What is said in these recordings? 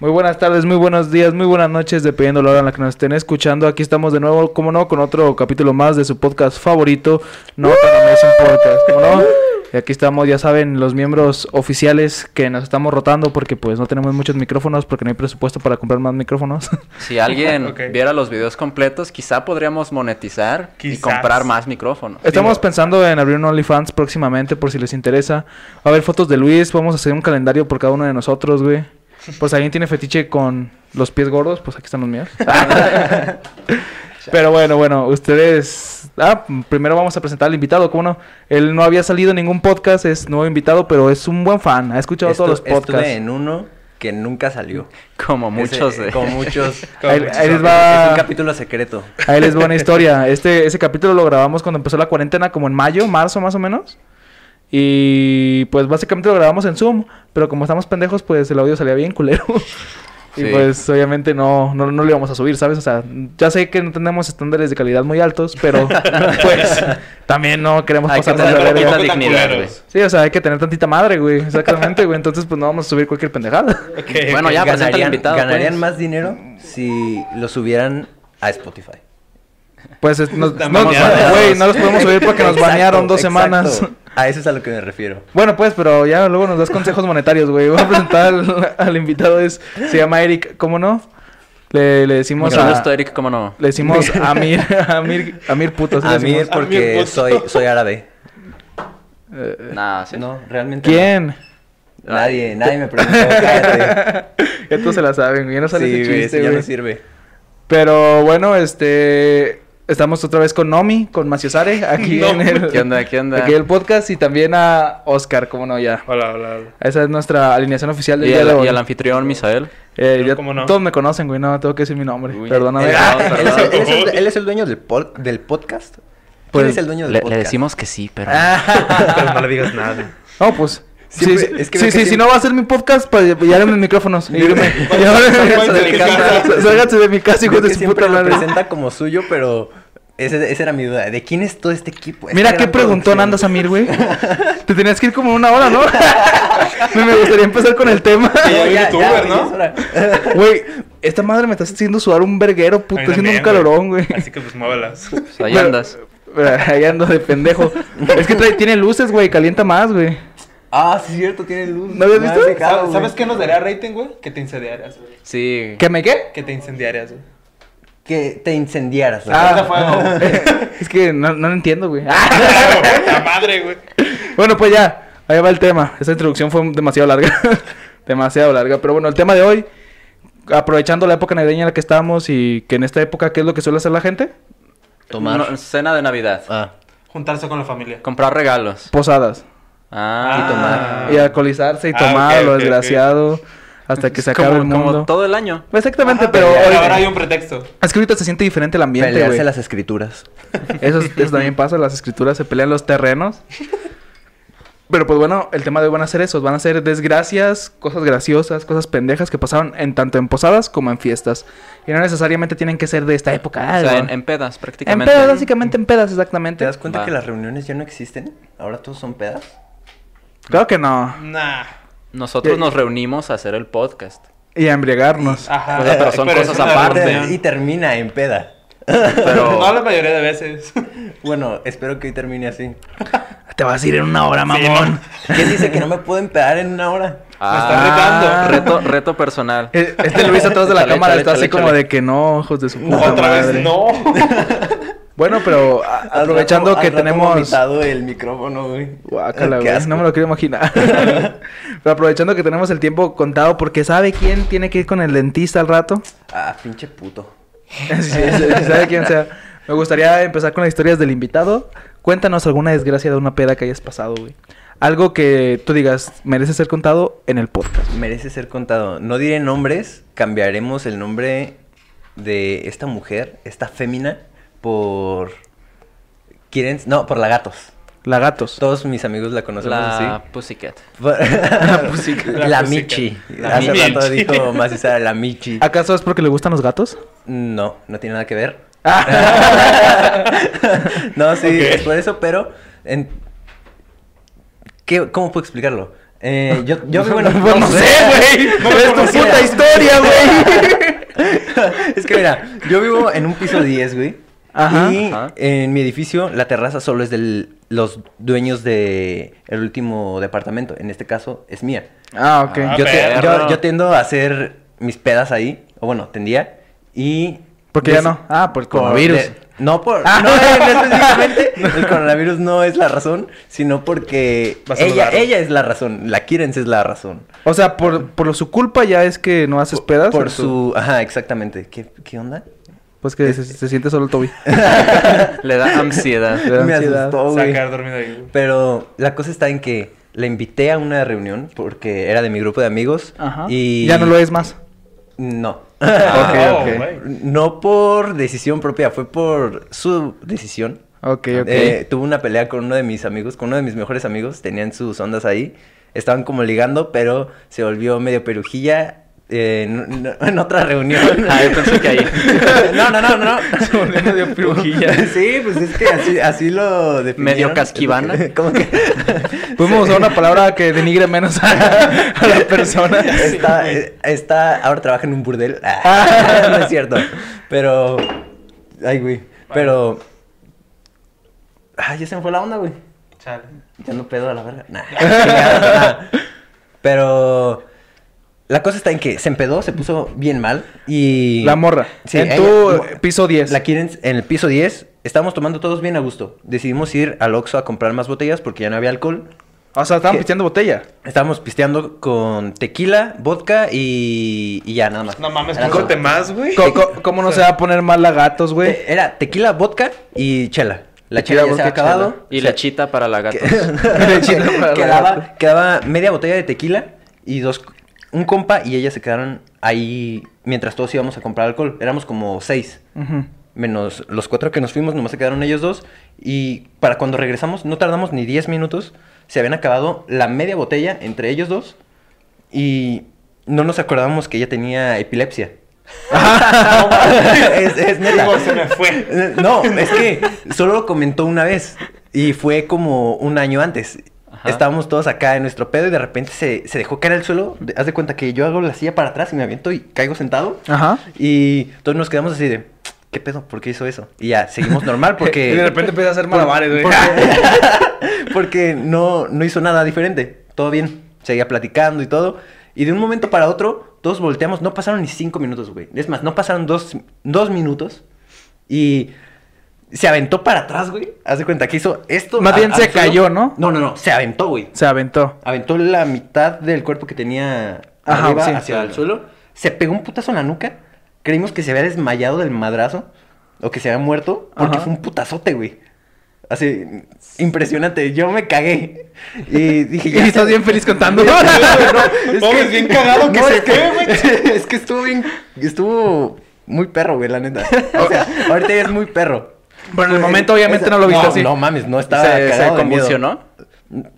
Muy buenas tardes, muy buenos días, muy buenas noches, dependiendo la hora en la que nos estén escuchando. Aquí estamos de nuevo, como no, con otro capítulo más de su podcast favorito, No es un Podcast, ¿cómo no? Y aquí estamos, ya saben, los miembros oficiales que nos estamos rotando porque pues no tenemos muchos micrófonos, porque no hay presupuesto para comprar más micrófonos. Si alguien Ok. viera los videos completos, quizá podríamos monetizar y Quizás. comprar más micrófonos. Estamos pensando en abrir un OnlyFans próximamente, por si les interesa. A ver, fotos de Luis, vamos a hacer un calendario por cada uno de nosotros, güey. Pues alguien tiene fetiche con los pies gordos, pues aquí están los míos. Pero bueno, bueno, ustedes... Ah, primero vamos a presentar al invitado, ¿cómo no? Él no había salido en ningún podcast, es nuevo invitado, pero es un buen fan, ha escuchado todos los Estu- Estuve podcasts. en uno que nunca salió. Como muchos Ese, de... Como muchos. Como Ahí, muchos ahí les Es va... un capítulo secreto. Ahí les va una historia. Este, ese capítulo lo grabamos cuando empezó la cuarentena, como en mayo, marzo más o menos. Y pues básicamente lo grabamos en Zoom, pero como estamos pendejos, pues el audio salía bien culero. Y Sí. pues obviamente no, no, no lo íbamos a subir, ¿sabes? O sea, ya sé que no tenemos estándares de calidad muy altos, pero pues también no queremos Hay que pasarnos de tener verga. poquita Tampoco tan dignidad, güey. culeros. Sí, o sea, hay que tener tantita madre, güey. Exactamente, güey. Entonces pues no vamos a subir cualquier pendejada. Ok, Bueno, ok. ya pues, presenta al ganarían invitado. ganarían pues. más dinero si lo subieran a Spotify. Pues es- nos, Estamos no, baneados. güey, no los podemos subir porque nos Exacto, banearon dos exacto. semanas. A eso es a lo que me refiero. Bueno, pues, pero ya luego nos das consejos monetarios, güey. Voy a presentar al, al invitado, es, se llama Eric, ¿cómo no? Le, le decimos Mucho a... gusto, Eric, ¿cómo no? Le decimos Amir, Amir, Amir puto, así le A mí es decimos. Amir, porque puto. soy, soy árabe. Nah, sí. No, realmente. ¿Quién? no. Nadie, nadie me preguntó. cállate. Ya todos se la saben, güey, ya no sale Sí, ese güey, chiste, eso ya güey. no sirve. Pero bueno, este... Estamos otra vez con Nomi, con Maciosare, aquí en el... ¿Qué onda? ¿Qué onda? Aquí en el podcast y también a Oscar, ¿cómo no? Ya. Hola, hola, hola. Esa es nuestra alineación oficial del Y día de al, hoy. y al anfitrión, Misael. Eh, ya ¿Cómo no? Todos me conocen, güey, no, tengo que decir mi nombre. Uy, Perdóname. Él, Ah, él es, el- perdón. él es el, él es el dueño del, pol- del podcast. ¿Quién Pues, es el dueño del Le, le podcast? decimos que sí, pero... Pero no Ah. le digas nada. No, pues. Siempre- sí, es que sí, veo que sí, si siempre- no va a ser mi podcast, pues ya haré mis micrófonos. Y dígame, y ahora Sálganse de mi casa. Sálganse de mi casa, hijos Creo de que su puta siempre lo madre. presenta como suyo, pero ese, esa era mi duda. ¿De quién es todo este equipo? Mira Esta qué gran preguntón producción. andas, Amir, güey. Te tenías que ir como una hora, ¿no? Me me gustaría empezar con el tema. Que ya Ya, youtuber, ya, ¿no? es hora. Güey, esta madre me está haciendo sudar un verguero, puto, A mí está haciendo un también, calorón, güey. Así que pues muévelas. pues, ahí Pero- andas. pero Ahí ando de pendejo. Es que trae- tiene luces, güey, calienta más, güey. Ah, sí, cierto, tiene luz. ¿No habías visto? has dejado, ¿Sabes, güey. ¿Sabes qué nos daría rating, güey? Que te incendiaras, güey. Sí. ¿Qué me qué? Que te incendiaras, güey. Que te incendiaras. ¿no? Ah. fuego. es que no, no lo entiendo, güey. Ah. La madre, güey. Bueno, pues ya, ahí va el tema. Esta introducción fue demasiado larga. demasiado larga. Pero bueno, el tema de hoy, aprovechando la época navideña en la que estamos y que en esta época, ¿qué es lo que suele hacer la gente? Tomar. No, cena de Navidad. Ah. Juntarse con la familia. Comprar regalos. Posadas. Ah. Y tomar. Y alcoholizarse y Ah, tomar ok, lo ok, desgraciado hasta que se acabe como, el mundo. como todo el año. Exactamente, Ajá, pero ya, hoy- Ah, ahora hay un pretexto. es que ahorita se siente diferente el ambiente, Pelearse güey. las escrituras. Eso, es- eso también pasa, las escrituras se pelean los terrenos. Pero pues bueno, el tema de hoy van a ser esos, van a ser desgracias, cosas graciosas, cosas pendejas que pasaron en tanto en posadas como en fiestas. Y no necesariamente tienen que ser de esta época. O sea, ¿no? en, en pedas En prácticamente. pedas, básicamente en pedas, exactamente. ¿Te das cuenta Va. que las reuniones ya no existen? Ahora todos son pedas. Claro que no. Nah. Nosotros Ya- nos reunimos a hacer el podcast. Y a embriagarnos. Ajá. Pues, pero son es cosas una aparte. reunión. Y termina en peda. Pero No la mayoría de veces. Bueno, espero que hoy termine así. Te vas a ir en una hora, mamón. ¿Quién dice que no me puedo empedar en una hora? Ah, están retando. Reto, reto personal. Eh, Este Luis atrás de la Échale, cámara échale, está así échale, como échale. de que no, ojos de su puta Otra madre. vez no. Bueno, pero a- Al aprovechando rato- que al rato tenemos... vomitado el micrófono, güey. Guácala, Qué güey, asco. No me lo quiero imaginar. Pero aprovechando que tenemos el tiempo contado, porque ¿sabe quién tiene que ir con el dentista al rato? Ah, pinche puto. Sí, sí, sí, ¿Sabe quién sea? Me gustaría empezar con las historias del invitado. Cuéntanos alguna desgracia de una peda que hayas pasado, güey. Algo que tú digas merece ser contado en el podcast. Merece ser contado. No diré nombres, cambiaremos el nombre de esta mujer, esta fémina, por... ¿Quieren? No, por la gatos. Lagatos. Todos mis amigos la conocemos La así. Pussycat. Por- La pusica- la, la Michi. pusica. Hace La rato Michi. dijo más Isara, la Michi. ¿Acaso es porque le gustan los gatos? No, no tiene nada que ver. Ah. no, sí, Ok. es por eso, pero... en- ¿Qué- ¿Cómo puedo explicarlo? Eh, yo, yo vivo en... Pues no sé, güey. No me es tu conocía. puta historia, güey. es que mira, yo vivo en un piso 10, güey. Ajá. Y Ajá. en mi edificio la terraza solo es de los dueños de el último departamento. En este caso es mía. Ah, ok. Ah, yo, te- perro. yo- yo tiendo a hacer mis pedas ahí, o bueno, tendía, y... Porque ya des- no. Ah, por el por- coronavirus. de- no por... Ah. No, eh, no específicamente, el coronavirus no es la razón, sino porque Vas a ella, dudar. ella es la razón, la Kirens es la razón. O sea, por, por su culpa ya es que no haces pedas. Por ¿o su... Ajá, exactamente. ¿Qué, qué onda? Pues que se, se siente solo el Toby. Le da ansiedad. Le da Me ansiedad. asustó, Se va a güey. quedar dormido ahí, güey. Pero la cosa está en que la invité a una reunión porque era de mi grupo de amigos Ajá. y... Ya no lo es más. No. Ah, Oh, ok. güey. No por decisión propia, fue por su decisión. Ok, ok. Eh, tuve una pelea con uno de mis amigos, con uno de mis mejores amigos, tenían sus ondas ahí, estaban como ligando, pero se volvió medio perujilla eh, en, en otra reunión. Ah, yo pensé que ahí. no, no, no, no. Se volvió medio perujilla. Sí, pues es que así, así lo definieron. Medio casquivana. Como que... Podemos usar una palabra que denigre menos a, a la persona. Está, está, ahora trabaja en un burdel. Ah, no es cierto. Pero. Ay, güey. Pero. Ay, ya se me fue la onda, güey. Chale. Ya no pedo a la verga. Nah, chingada, nah. Pero. La cosa está en que se empedó, se puso bien mal. Y. La morra. Sí, en ella- tu mo- eh, piso 10. La quieren en el piso 10. Estábamos tomando todos bien a gusto. Decidimos ir al Oxxo a comprar más botellas porque ya no había alcohol. O sea, estaban ¿Qué? pisteando botella. Estábamos pisteando con tequila, vodka y, y ya, nada más. No mames, Era cómprate todo. más, güey. Co- co- ¿Cómo, no se va a poner mal a gatos, güey? Te- Era tequila, vodka y chela. Tequila, La chela ya se había vodka, chela. acabado. Y Se- la chita para la gata. Chela para la quedaba, gata. quedaba media botella de tequila y dos... Un compa y ella se quedaron ahí mientras todos íbamos a comprar alcohol. Éramos como seis. Ujú. Menos los cuatro que nos fuimos, nomás se quedaron ellos dos. Y para cuando regresamos, no tardamos ni 10 minutos. Se habían acabado la media botella entre ellos dos. Y no nos acordábamos que ella tenía epilepsia. es, es neta. Digo, se me fue. No, es que solo lo comentó una vez. Y fue como un año antes. Ajá. Estábamos todos acá en nuestro pedo y de repente se, se dejó caer al suelo. De- Haz de cuenta que yo hago la silla para atrás y me aviento y caigo sentado. Ajá. Y todos nos quedamos así de, ¿qué pedo? ¿Por qué hizo eso? Y ya, seguimos normal porque... Y de repente empieza a hacer malabares, güey. Porque, porque no, no hizo nada diferente. Todo bien. Seguía platicando y todo. Y de un momento para otro, todos volteamos. No pasaron ni cinco minutos, güey. Es más, no pasaron dos, dos minutos. Y se aventó para atrás, güey. Haz de cuenta que hizo esto. Más bien se suelo. cayó, ¿no? No, no, no. Se aventó, güey. Se aventó. Aventó la mitad del cuerpo que tenía Ajá, arriba sí. hacia el suelo. Se pegó un putazo en la nuca. Creímos que se había desmayado del madrazo. O que se había muerto. Porque Ajá. fue un putazote, güey. Así, impresionante. Yo me cagué. Y dije, Y estás bien feliz contando. No, es bien cagado que No, se es fue, güey. Es que estuvo bien... Estuvo muy perro, güey, la neta. O sea, ahorita ya es muy perro. Pero en el momento obviamente no lo viste no, así. No mames, no estaba Se, se cagado de miedo. convulsionó.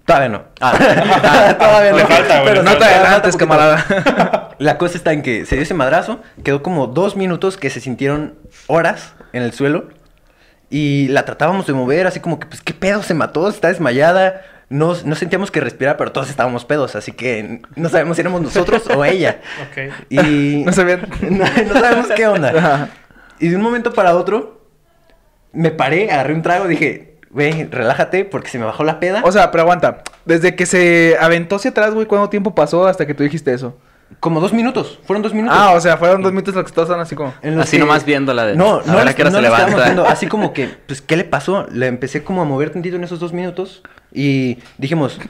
Todavía no. Ah. Todavía Le no. falta, güey, Pero le no te falta. adelantes, poquito. camarada. La cosa está en que se dio ese madrazo, quedó como dos minutos que se sintieron horas en el suelo y la tratábamos de mover, así como que, pues, ¿qué pedo? Se mató, está desmayada. No, no sentíamos que respirar, pero todos estábamos pedos, así que no sabemos si éramos nosotros o ella. Ok. Y No sabían. no, no sabemos qué onda. Ajá. Y de un momento para otro, me paré, agarré un trago, dije, güey, relájate porque se me bajó la peda. O sea, pero aguanta. Desde que se aventó hacia atrás, güey, ¿cuánto tiempo pasó hasta que tú dijiste eso? como dos minutos, fueron dos minutos. Ah, o sea, fueron dos minutos los que todos estaban así como. En los Así nomás viéndola de, No, a no, ver a les- qué hora no se le estábamos levanta. viendo, Así como que, pues, ¿qué le pasó? Le empecé como a mover tantito en esos dos minutos y dijimos,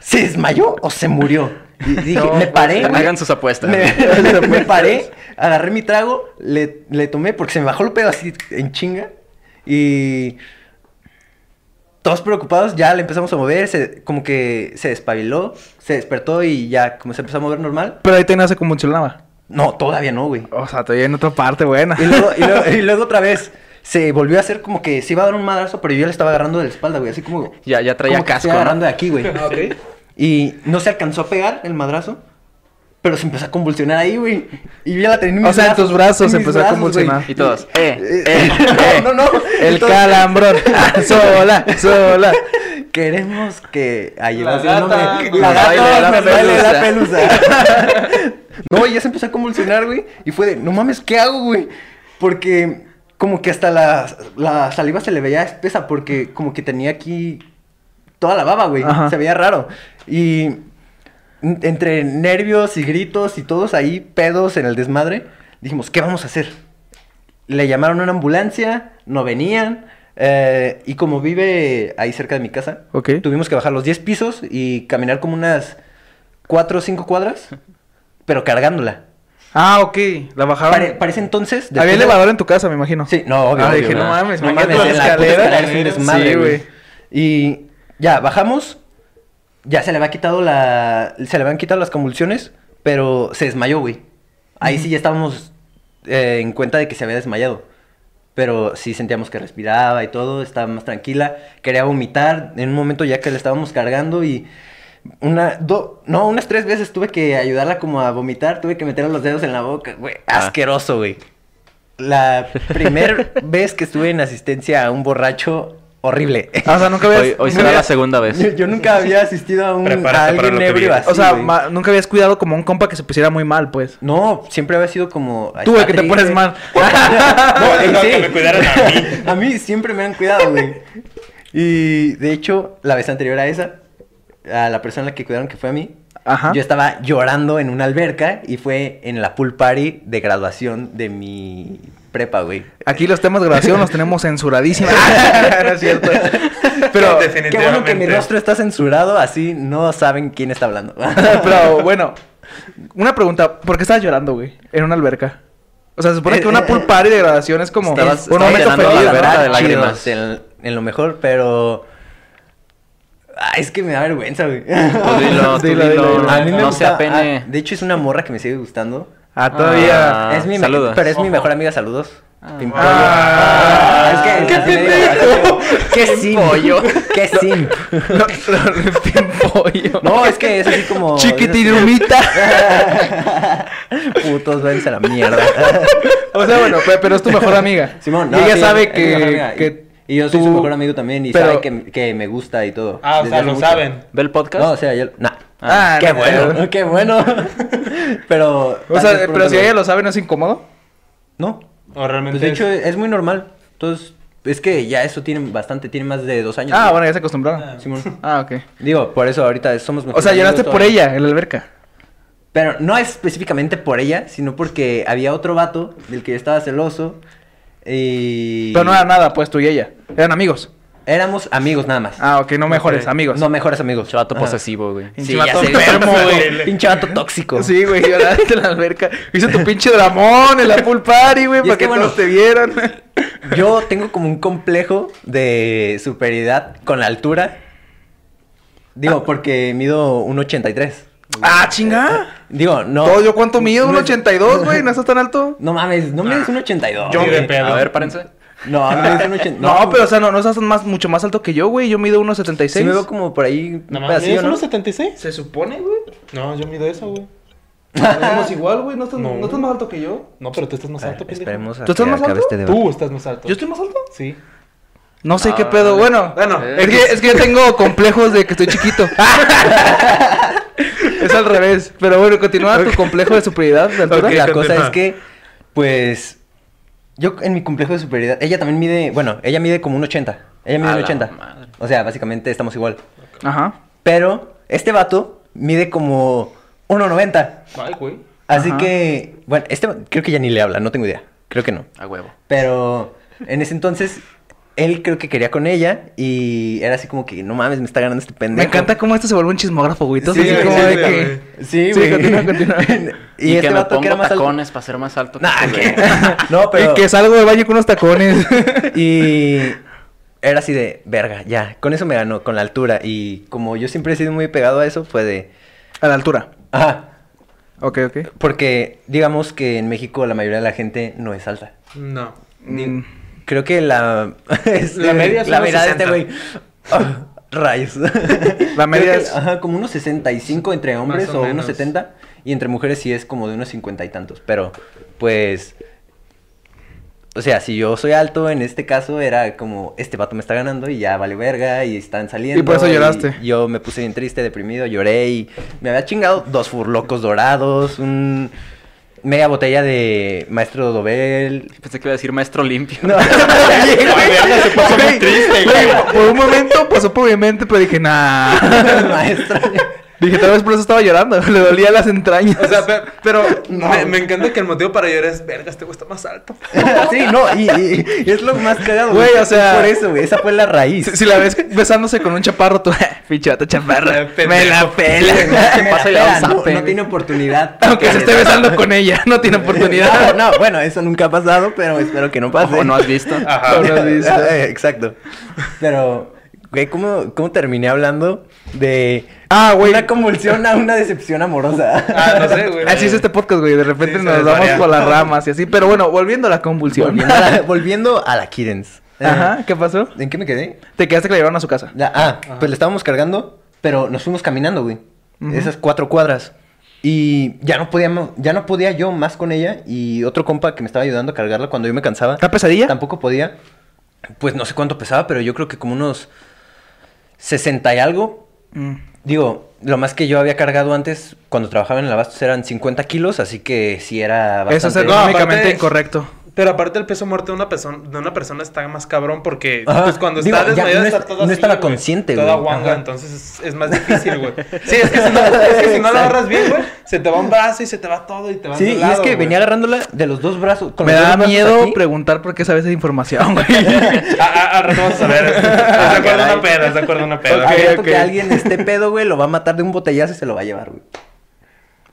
¿se desmayó o se murió? Y dije, No, pues, me paré. güey. Hagan sus apuestas. Me, me- me paré, agarré mi trago, le, le tomé porque se me bajó el pedo así en chinga. Y todos preocupados, ya le empezamos a mover, se- como que se despabiló, se despertó y ya como se empezó a mover normal. Pero ahí te nace como chulaba. No, todavía no, güey. O sea, todavía en otra parte buena. Y luego, y luego- y luego otra vez se volvió a hacer como que se iba a dar un madrazo, pero yo le estaba agarrando de la espalda, güey. Así como. Ya- ya traía como que casco, Estaba ¿no? agarrando de aquí, güey. Y no se alcanzó a pegar el madrazo, pero se empezó a convulsionar ahí, güey. Y yo ya la tenía en O mis sea, en tus brazos en se mis empezó a brazos, convulsionar. güey. Y todos, eh, eh, Eh, eh. no, no, no. El Entonces- calambrón. sola, sola. Queremos que. Ahí La va a decir el nombre. gata, güey. La Baile gata la nos baile la pelusa. no, y ya se empezó a convulsionar, güey. Y fue de, no mames, ¿qué hago, güey? Porque como que hasta la, la saliva se le veía espesa porque como que tenía aquí toda la baba, güey. Ajá. Se veía raro. Y n- entre nervios y gritos y todos ahí pedos en el desmadre, dijimos, ¿qué vamos a hacer? Le llamaron a una ambulancia, no venían. eh, y como vive ahí cerca de mi casa, Ok. tuvimos que bajar los 10 pisos y caminar como unas 4 o 5 cuadras, pero cargándola. Ah, ok. La bajaron. Pare- parece entonces... después Había de- elevador en tu casa, me imagino. Sí, no, obvio. Ah, obvio, dije, güey. no mames, no imagínate mames, la en la puta escalera. escalera es un desmadre, Sí, güey. güey. Y ya, bajamos, ya se le había quitado la... se le habían quitado las convulsiones, pero se desmayó, güey. Ahí sí ya estábamos eh, en cuenta de que se había desmayado. Pero sí sentíamos que respiraba y todo, estaba más tranquila. Quería vomitar en un momento ya que la estábamos cargando y... Una, do, no, unas tres veces tuve que ayudarla como a vomitar, tuve que meterle los dedos en la boca, güey. Ah. Asqueroso, güey. La primera vez que estuve en asistencia a un borracho horrible. Ah, o sea, nunca Hoy- habías. hoy nunca será la habías- segunda vez. Yo, yo nunca había asistido a, un, Prepárate a para alguien lo que ebrio viene. así. O sea, güey. ma- nunca habías cuidado como un compa que se pusiera muy mal, pues. no, siempre había sido como. "Ay, Tú, el está que te pones triste". mal. No, y no, que me cuidaran a mí. A mí siempre me han cuidado, güey. Y de hecho, la vez anterior a esa, a la persona que cuidaron que fue a mí, Ajá. yo estaba llorando en una alberca y fue en la pool party de graduación de mi prepa, güey. Aquí los temas de grabación los tenemos censuradísimos. no es cierto. Pero, Qué bueno que mi rostro está censurado, así no saben quién está hablando. pero bueno, una pregunta. ¿Por qué estabas llorando, güey? En una alberca. O sea, se supone que una pool party de grabación es como Estabas- un estabas momento llenando la feliz, alberca ¿verdad? de lágrimas. Chidos, En, en lo mejor, pero. Ah, es que me da vergüenza, güey. Pues Tú dilo, tú Dilo, dilo. dilo, dilo. A mí me No se gusta- apene. ah, de hecho, es una morra que me sigue gustando. Ah, todavía. Ah, es mi me- saludos. Pero es mi Ojo. mejor amiga, saludos. Pimpollo. Ah. es que, ¡Qué es que me digo, ¡Qué simp! ¡Qué simp! No, no, pimpollo. No, es que es así como. Chiquitirumita. Putos, váyanse a la mierda. O sea, bueno, pe- pero es tu mejor amiga. Simón, Y no, ella sí, sabe es mi mejor que, amiga. que Y, y yo soy su tú- mejor amigo también y pero- sabe que, que me gusta y todo. Ah, o desde sea, hace lo mucho. saben. ¿Ve el podcast? No, o sea, yo... Nah. Ah, qué no, bueno, pero- qué bueno. pero... O sea, pero si ella lo sabe, ¿no es incómodo? No. O realmente Pues, de es- hecho, es muy normal. Entonces, es que ya eso tiene bastante, tiene más de dos años. Ah, güey. bueno, ya se acostumbraron. Simón. Ah, ok. Digo, por eso ahorita somos O mejores sea, amigos lloraste por todavía. ella en la alberca. Pero no específicamente por ella, sino porque había otro vato del que yo estaba celoso y... Pero no era nada, pues tú y ella. Eran amigos. Éramos amigos nada más. Ah, ok, no mejores, amigos. No mejores amigos. Chavato Ajá. posesivo, güey. Sí, Sí, vato ya sé. enfermo, güey. Pinche vato tóxico. Sí, güey, lloraste en la alberca. Hice tu pinche dramón en la pool party, güey, Y es para que, que, bueno, todos te vieran. Yo tengo como un complejo de superioridad con la altura. Digo, porque mido un 83. ah, chinga. Digo, no. Todo, ¿Yo cuánto mido? ¿Un No- 82, güey? ¿No estás tan alto? No mames, no mides un 82. Yo güey. de pedo. A ver, párense. No, no mides un 82. No, pero o sea, no, no estás más, mucho más alto que yo, güey. Yo mido 1,76. Sí me veo como por ahí un No mames, pedacillo, ¿es ¿no? 1.76? Se supone, güey. No, yo mido eso, güey. Estamos igual, güey. No estás, No. no estás más alto que yo. No, pero tú estás más A ver, alto, pendejo. Esperemos a ¿Tú estás que más acabe alto? este debate. Tú estás más alto. Eh, ¿Yo estoy más alto? Sí. No sé qué Ah, pedo. vale. Bueno, Bueno, es que, es que yo tengo complejos de que estoy chiquito. es al revés. Pero bueno, continúa tu complejo de superioridad de altura. Ok, la continúa. cosa es que, pues, yo en mi complejo de superioridad, ella también mide, bueno, ella mide como un 80. Ella mide A un la 80. madre. O sea, básicamente estamos igual. Ajá. Pero este vato mide como 1.90. Ay, güey. Así Ajá. que, bueno, este creo que ya ni le habla, no tengo idea. Creo que no. A huevo. Pero en ese entonces, él creo que quería con ella y era así como que, no mames, me está ganando este pendejo. Me encanta cómo esto se vuelve un chismógrafo, güey. Entonces, Sí, así como sí, de sí, que. güey. Sí, Sí, güey. este continúa, continúa. Y, que me pongo más alto- tacones para ser más alto. Nah, tú, ¿qué? güey. no, pero... Y que salgo de baño con unos tacones. Y era así de, verga, ya, con eso me ganó, con la altura. Y como yo siempre he sido muy pegado a eso, fue de, A la altura. ajá, Ok, ok. porque digamos que en México la mayoría de la gente no es alta. No. Mm. Creo que la... este, La media es La unos mirada de este 60. güey. Ah, rayos. La media Creo que, es- Ajá, como unos 65 entre hombres Más o, o unos menos. 70. Y entre mujeres sí es como de unos 50 y tantos. Pero, pues... O sea, si yo soy alto, en este caso era como, este vato me está ganando y ya vale verga y están saliendo. Y por eso lloraste. Yo me puse bien triste, deprimido, lloré y me había chingado dos furlocos dorados, un media botella de maestro Dobel. Pensé que iba a decir maestro limpio. No, Oye, güey. verga, se puso muy Güey, triste, Güey, güey. por un momento pasó por mi mente, pero dije, nah. Maestra. Dije, tal vez por eso estaba llorando. Le dolía las entrañas. O sea, pe- pero No. me, me encanta que el motivo para llorar es, verga, este güey está más alto. sí, no, y, y- y es lo más cagado. Güey, o sea- Por eso, güey, esa fue la raíz. si, si la ves besándose con un chaparro, tú, "Ah, fichata chaparra. Me la pela. Me la Pasa y le da un pela, no, zape, no güey. tiene oportunidad. Aunque se esté besando con ella, no tiene oportunidad. No, no, bueno, eso nunca ha pasado, pero espero que no pase. O no has visto. Ah. No lo has visto. Eh, Exacto. Pero, güey, ¿cómo, ¿cómo terminé hablando de Ah, güey. una convulsión a una decepción amorosa? Ah, no sé, güey. Así es este podcast, güey. De repente Sí, se nos vamos desvaría. por las ramas y así. Pero bueno, volviendo a la convulsión. Volviendo a la, volviendo a la Kiddens. Eh, Ajá, ¿qué pasó? ¿En qué me quedé? Te quedaste que la llevaron a su casa. La- ah, pues le estábamos cargando, pero nos fuimos caminando, güey. Ujú. Esas cuatro cuadras. Y ya no podíamos, ya no podía yo más con ella y otro compa que me estaba ayudando a cargarla cuando yo me cansaba. ¿Está pesadilla? Tampoco podía. Pues no sé cuánto pesaba, pero yo creo que como unos 60 y algo. Mm. Digo, lo más que yo había cargado antes cuando trabajaba en el abasto eran 50 kilos, así que sí era bastante. Eso es No, aparte- económicamente incorrecto. Pero aparte el peso muerto de una persona, de una persona está más cabrón porque Ajá. pues cuando Digo, está ya desmayada no está es- toda no así, estaba güey, consciente, Toda güey. guanga, Ajá. entonces es, es más difícil, güey. Sí, es que si no, es que si no la agarras bien, güey, se te va un brazo y se te va todo y te va Sí, de y es lado, que güey. venía agarrándola de los dos brazos. con Me los dos da brazos miedo aquí. preguntar por qué sabes esa información, güey. Ah, ah, Al rato vamos a ver. Se Ah, acuerda una peda, se acuerda una Al peda. Ok. rato que alguien esté pedo, güey, lo va a matar de un botellazo y se lo va a llevar, güey.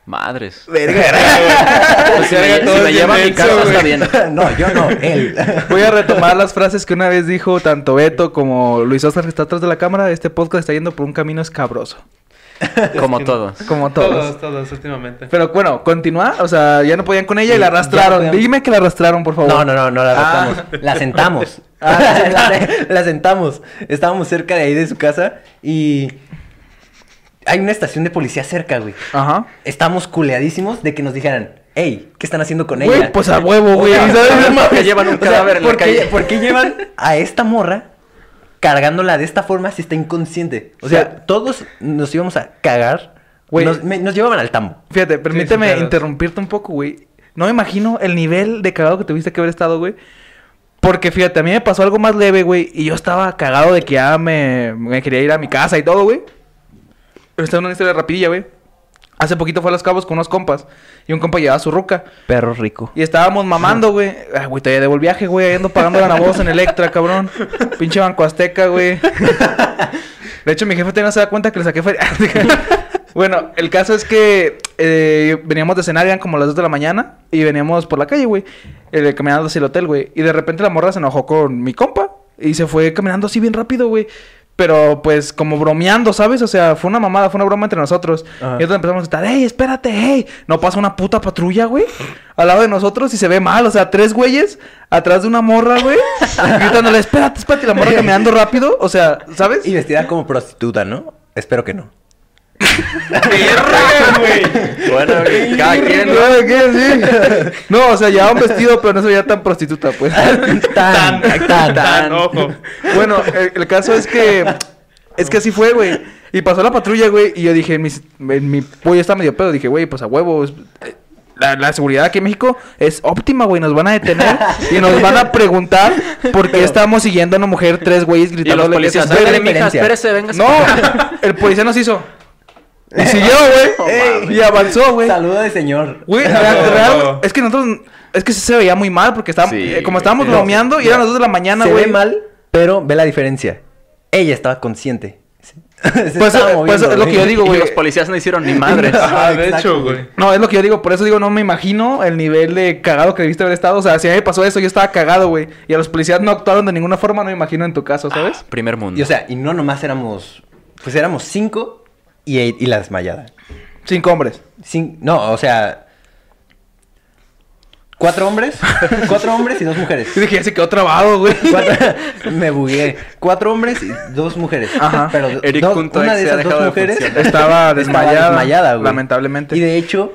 Madres. Pues, si verga, me, todo si me es bien lleva a mi denso, casa güey. está bien. No, yo no, él. Voy a retomar las frases que una vez dijo tanto Beto como Luis Oscar, que está atrás de la cámara. Este podcast está yendo por un camino escabroso. Como todos. Como todos. Todos, todos, últimamente. Pero bueno, continúa. O sea, ya no podían con ella y la Sí, ya arrastraron. no podían. Dime que la arrastraron, por favor. No, no, no, no la Ah. arrastramos. La sentamos. Ah, la sentaron. la, la sentamos. Estábamos cerca de ahí de su casa y hay una estación de policía cerca, güey. Ajá. Estamos culeadísimos de que nos dijeran, hey, ¿qué están haciendo con ella? Güey, pues a huevo, güey. Oiga, ¿sabes? cabrón, No ¿por qué mames. llevan un O sea, cadáver en la ¿por qué- calle? por qué llevan? a esta morra cargándola de esta forma si está inconsciente. O sea, Sí. todos nos íbamos a cagar. Güey. Nos, me- nos llevaban al tambo. Fíjate, permíteme claro. interrumpirte un poco, güey. No me imagino el nivel de cagado que tuviste que haber estado, güey. Porque fíjate, a mí me pasó algo más leve, güey. Y yo estaba cagado de que ya me, me quería ir a mi casa y todo, güey. Pero Esta es una historia rapidilla, güey. Hace poquito fue a Los Cabos con unos compas. Y un compa llevaba su ruca. Perro rico. Y estábamos mamando, güey. Ah, güey, todavía debo el viaje, güey. Ahí Ando pagando la voz en Electra, cabrón. Pinche Banco Azteca, güey. De hecho, mi jefe todavía no se da cuenta que le saqué feria. bueno, el caso es que eh, veníamos de cenar, eran como las 2 de la mañana. Y veníamos por la calle, güey. eh, caminando hacia el hotel, güey. Y de repente la morra se enojó con mi compa. Y se fue caminando así bien rápido, güey. Pero pues como bromeando, ¿sabes? O sea, fue una mamada, fue una broma entre nosotros. Ajá. Y entonces empezamos a estar, ¡Ey, espérate, hey! No pasa una puta patrulla, güey. Al lado de nosotros y se ve mal. O sea, tres güeyes atrás de una morra, güey. gritándole, espérate, espérate. Y la morra caminando rápido. O sea, ¿sabes? Y vestida como prostituta, ¿no? Espero que no. ¡Verga, güey! Bueno, güey, cada quien. No, ¿qué? Sí. No, o sea, llevaba un vestido, pero no se veía tan prostituta, pues. Tan, tan, Tan, ojo. Bueno, el, el caso es que. Es que así fue, güey. Y pasó la patrulla, güey. Y yo dije, en mi, en mi pollo está medio pedo. Dije, güey, pues a huevos. eh, La, la seguridad aquí en México es óptima, güey. Nos van a detener y nos van a preguntar por qué estamos siguiendo a una mujer tres güeyes Y los gritándole. que policías. se "Ándale, Ándale, espere". mija, diferencia". espérese, véngase. No, el policía nos hizo. Y siguió, No güey. mames. y avanzó, güey. Saludo de señor. Güey, No, real- real, no. es que nosotros. Es que sí se veía muy mal porque estábamos, Sí, eh, como güey. estábamos No, bromeando y eran las 2 de la mañana, se güey. ve mal, pero ve la diferencia. Ella estaba consciente. Se Pues, estaba eh, pues, moviendo, es lo güey. que yo digo, Y güey. los policías no hicieron ni madres. Ah, de Exacto, hecho, güey. güey. No, es lo que yo digo, por eso digo, no me imagino el nivel de cagado que debiste haber estado. O sea, si a mí me pasó eso, yo estaba cagado, güey. Y a los policías no actuaron de ninguna forma, no me imagino en tu caso, ¿sabes? Ah. Primer mundo. Y o sea, y no nomás éramos. Pues éramos cinco y, y la desmayada. Cinco hombres. Cin- no, o sea. Cuatro hombres. cuatro hombres y dos mujeres. Y dije, ya se quedó trabado, güey. Cuatro- me bugué. Cuatro hombres y dos mujeres. Ajá. Pero Eric dos- punto una exe de ha esas dos dejado de mujeres funcionar. Estaba estaba desmayada. desmayada, güey. Lamentablemente. Y de hecho,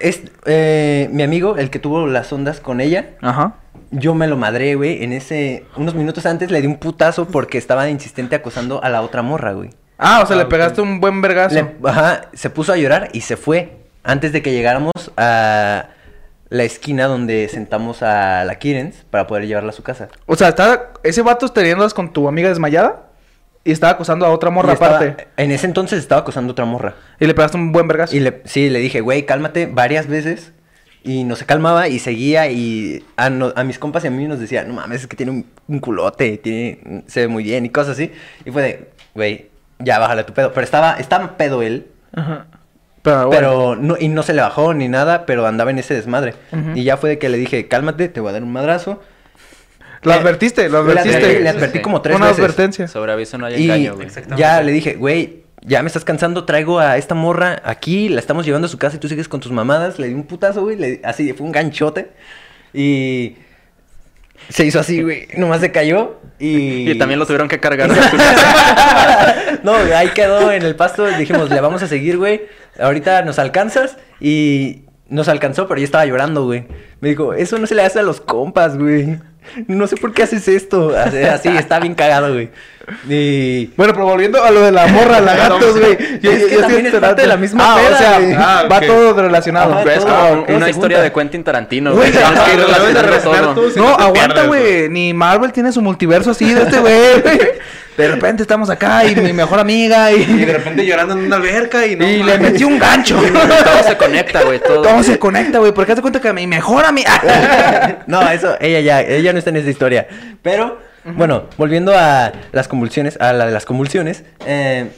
es, eh, mi amigo, el que tuvo las ondas con ella, Ajá. yo me lo madré, güey. En ese. Unos minutos antes le di un putazo porque estaba insistente acosando a la otra morra, güey. Ah, o sea, Ah, le ok. pegaste un buen vergazo. Le- ajá, se puso a llorar y se fue. Antes de que llegáramos a la esquina donde sentamos a la Kirens para poder llevarla a su casa. O sea, estaba... ese vato teniéndolas con tu amiga desmayada y estaba acosando a otra morra Y estaba- aparte. En ese entonces estaba acosando a otra morra. Y le pegaste un buen vergazo. Y le, sí, le dije, güey, cálmate varias veces. Y no se calmaba y seguía y a, no- a mis compas y a mí nos decía, no mames, es que tiene un, un culote, tiene, se ve muy bien y cosas así. Y fue de, güey, ya bájale a tu pedo. Pero estaba, estaba pedo él, Ajá. Pero, bueno. pero no, y no se le bajó ni nada, pero andaba en ese desmadre. Ujú. Y ya fue de que le dije, cálmate, te voy a dar un madrazo. Lo advertiste, lo Le advertí, advertiste. le advertí Sí. como tres Una veces. advertencia. Sobre aviso no hay Y engaño, güey. Exactamente. ya le dije, güey, ya me estás cansando, traigo a esta morra aquí, la estamos llevando a su casa y tú sigues con tus mamadas. Le di un putazo, güey, le- así, fue un ganchote. Y se hizo así, güey, nomás se cayó y... Y también lo tuvieron que cargar. No, güey, ahí quedó en el pasto, dijimos, le vamos a seguir, güey, ahorita nos alcanzas y nos alcanzó, pero yo estaba llorando, güey. Me dijo, eso no se le hace a los compas, güey. No sé por qué haces esto. Así, así, está bien cagado, güey. Y... Bueno, pero volviendo a lo de la morra, la gatos, güey. Yo, Es que estoy también es enterado. parte de la misma ah, peda, o sea, güey. ah, va ok. todo relacionado. Ajá, Pero es todo. como Ah, un- ok. una se historia junta. de Quentin Tarantino, Güey, güey. Tienes que ir lo debes de relacionando todo. respetar tú, si No, te aguanta, pierdes, güey. Ni Marvel tiene su multiverso así de este güey. De repente estamos acá y mi mejor amiga Y de y, repente llorando en una alberca y no. y le mames. metí un gancho. Todo se conecta, güey. Todo. Todo se conecta, güey. Porque haz de cuenta que mi mejor amiga. no, eso, ella ya, ella no está en esta historia. Pero, bueno, volviendo a las convulsiones, a la de las convulsiones, eh,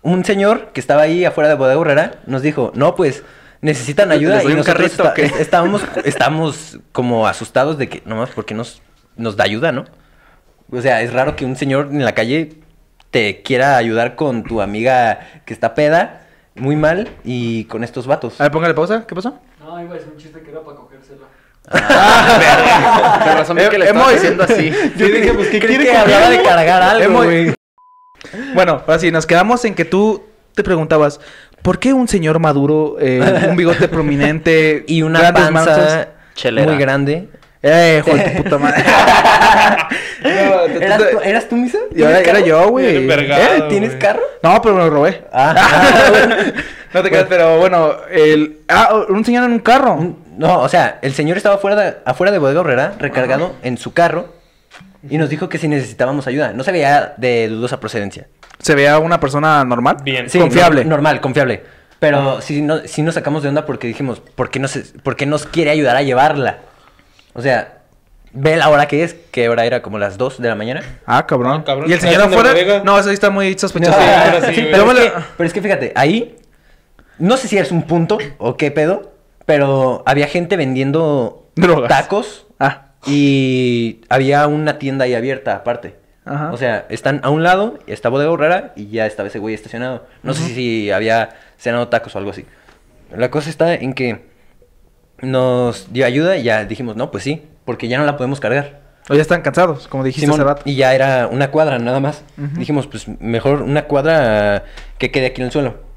un señor que estaba ahí afuera de Bodega Herrera nos dijo, no, pues, necesitan ayuda ¿Les y doy un nosotros carrito o qué? esta- estábamos, estábamos como asustados de que, no más, porque nos, nos da ayuda, no? O sea, es raro que un señor en la calle te quiera ayudar con tu amiga que está peda, muy mal, y con estos vatos. A ver, póngale pausa. ¿Qué pasó? No, iba a decir un chiste que era para cogérsela. Ah, Con razón vi Eh, que le eh, estaba Moy. diciendo así. Yo dije, pues, ¿qué quiere que con hablaba él? de cargar algo, Hemos- güey. Bueno, ahora sí, nos quedamos en que tú te preguntabas, ¿por qué un señor maduro, eh, un bigote prominente y una grandes panza manos- Chelera. muy grande. Eh, hijo de tu puta madre. No, te- te- ¿Eras tú, eras tú, Misa? Y ahora era yo, güey. Bien vergado, ¿Eh? ¿Tienes güey. carro? No, pero me lo robé. Ah, bueno. No te creas, pero bueno, el... Ah, un señor en un carro. Un- no, o sea, el señor estaba afuera de, afuera de Bodega Obrera, recargado en su carro, y nos dijo que si necesitábamos ayuda. No se veía de dudosa procedencia. Se veía una persona normal. Bien. Sí, Confiable. no- normal, confiable. Pero sí, no, sí nos sacamos de onda porque dijimos, ¿por qué, nos, ¿por qué nos quiere ayudar a llevarla? O sea, ve la hora que es, que ahora era como las 2 de la mañana. Ah, cabrón. Ah, cabrón. Y el señor ¿Sabes dónde afuera... bodega? No, eso ahí está muy sospechoso. Sí, ahora sí, güey. pero, Yo me es que, lo- pero es que fíjate, ahí no sé si es un punto o qué pedo, pero había gente vendiendo Drogas. tacos Ah, y había una tienda ahí abierta aparte. Ajá. O sea, están a un lado, está Bodega Horrera y ya estaba ese güey estacionado. No sé si había cenado tacos o algo así. La cosa está en que nos dio ayuda y ya dijimos, no, pues sí, porque ya no la podemos cargar. o ya están cansados, como dijiste Simón, hace rato. Y ya era una cuadra nada más. Dijimos, pues mejor una cuadra que quede aquí en el suelo.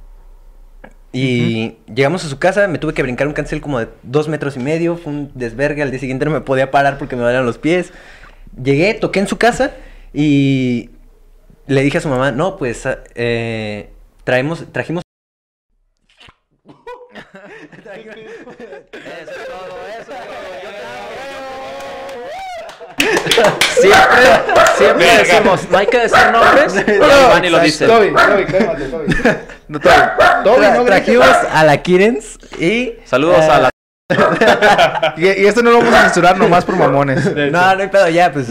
Y llegamos a su casa, me tuve que brincar un cancel como de dos metros y medio, fue un desvergue, al día siguiente no me podía parar porque me dolían los pies. Llegué, toqué en su casa y le dije a su mamá, no, pues ah, eh, traemos, trajimos... Siempre, siempre Verga. decimos, no hay que decir nombres. Y van y lo dicen. Toby, cálmate, Toby. No, Toby. Tra- no grites. trajimos a la Kirens y... Saludos Eh, a la. Y, y esto no lo vamos a censurar nomás por mamones. De hecho. No, no hay pedo, ya, pues.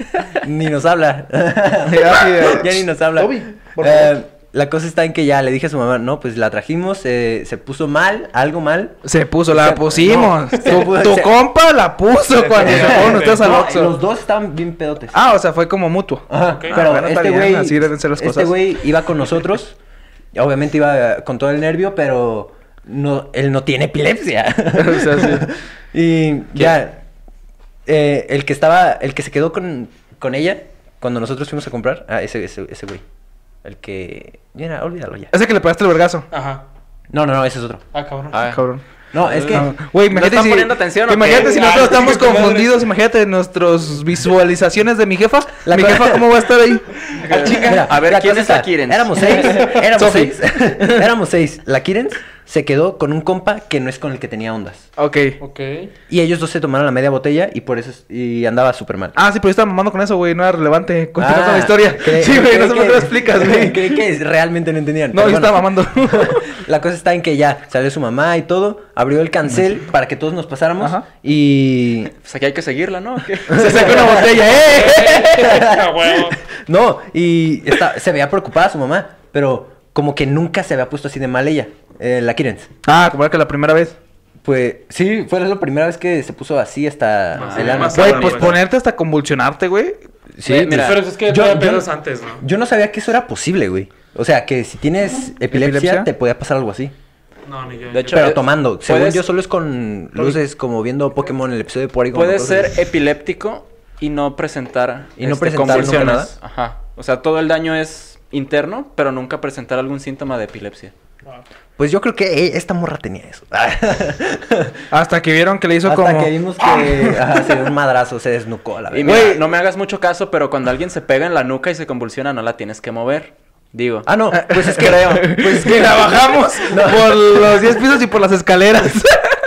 Ni nos habla. ya ni nos habla. Toby, por favor. Eh, la cosa está en que ya le dije a su mamá, no, pues la trajimos, eh, se puso mal, algo mal. Se puso, O la sea, pusimos. no, se tu puso- tu se- compa la puso cuando se fueron ustedes al No, Oxxo. Eh, los dos estaban bien pedotes. Ah, o sea, fue como mutuo. Ajá, Ah, pero bueno, está este bien, güey. así deben ser las este cosas. güey iba con nosotros. y Obviamente iba con todo el nervio, pero no, él no tiene epilepsia. O sea, sí. Y ya. eh, el que estaba. El que se quedó con, con ella cuando nosotros fuimos a comprar. Ah, ese, ese, ese güey. El que. Mira, olvídalo ya. Ese que le pegaste el vergazo. Ajá. No, no, no, ese es otro. Ah, cabrón. Ah, Cabrón. No, es que. No, Güey, imagínate están si, poniendo atención, ¿o imagínate qué? si Ah, nosotros chinga estamos tu madre. confundidos, imagínate nuestras visualizaciones de mi jefa. La mi co- jefa, ¿cómo va a estar ahí? Ah, chinga. Mira, a ver, mira, ¿quién cosa es la esta. Kirens? Éramos seis. Éramos Sofi. seis. éramos seis. La Kirens se quedó con un compa que no es con el que tenía ondas. Ok. Ok. Y ellos dos se tomaron la media botella y por eso es- y andaba súper mal. Ah, sí, pero yo estaba mamando con eso, güey, no era relevante. Cuéntanos Ah, la historia. que- sí, güey, no sé que- por qué lo explicas, güey. que- que realmente no entendían. No, pero yo bueno. estaba mamando. La cosa está en que ya salió su mamá y todo, abrió el cancel para que todos nos pasáramos Ajá. y Pues aquí hay que seguirla, ¿no? ¿Qué? Se sacó una botella, ¡eh! A huevo. no, y está- se veía preocupada su mamá, pero como que nunca se había puesto así de mal ella, eh, la Kirens. Ah, como era que la primera vez. Pues sí, fue la primera vez que se puso así hasta Ah, el alma. más Güey, Sábado, pues güey. ponerte hasta convulsionarte, güey. Sí, Güey, pues, mira, Pero es que yo- yo, yo- pedos antes, ¿no? yo no sabía que eso era posible, güey. O sea, que si tienes epilepsia, ¿Epilepsia? te podía pasar algo así. No, ni yo. De hecho, yo- Pero eh, tomando, según puedes- yo solo es con luces como viendo Pokémon el episodio de Porygon. Puede cosas ser así. epiléptico y no presentar este, Y no presentar nunca convulsiones. Ajá. O sea, todo el daño es interno, pero nunca presentar algún síntoma de epilepsia. Pues yo creo que eh, esta morra tenía eso. Hasta que vieron que le hizo Hasta como. ¡Ah! que vimos que ajá, se dio un madrazo, se desnucó a la Y vez. mira, no me hagas mucho caso, pero cuando alguien se pega en la nuca y se convulsiona, no la tienes que mover. Digo. Ah, no, pues es que Pues es que la bajamos por los 10 pisos y por las escaleras.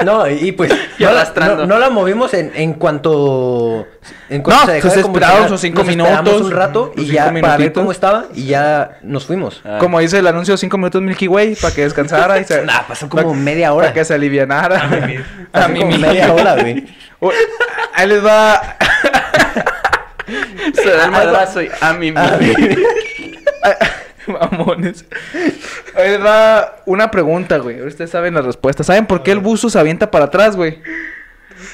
No, y pues Y no, la- arrastrando. no, no la movimos en, en cuanto en No, cuanto pues de esperaron convulsionar, sus cinco nos esperamos minutos, un rato y sus ya cinco para ver minutitos. cómo estaba y ya nos fuimos. Ah. Como dice el anuncio, 5 minutos Milky Way para que descansara y se. Nah, pasó como pa- media hora. Para que se alivianara. A mí Pasó como media hora, güey. Ahí les va. Se da el madrazo y a mí Ah, Ah, mismo. Mamones. Ahí les va una pregunta, güey. Ustedes saben la respuesta. ¿Saben por qué el buzo se avienta para atrás, güey?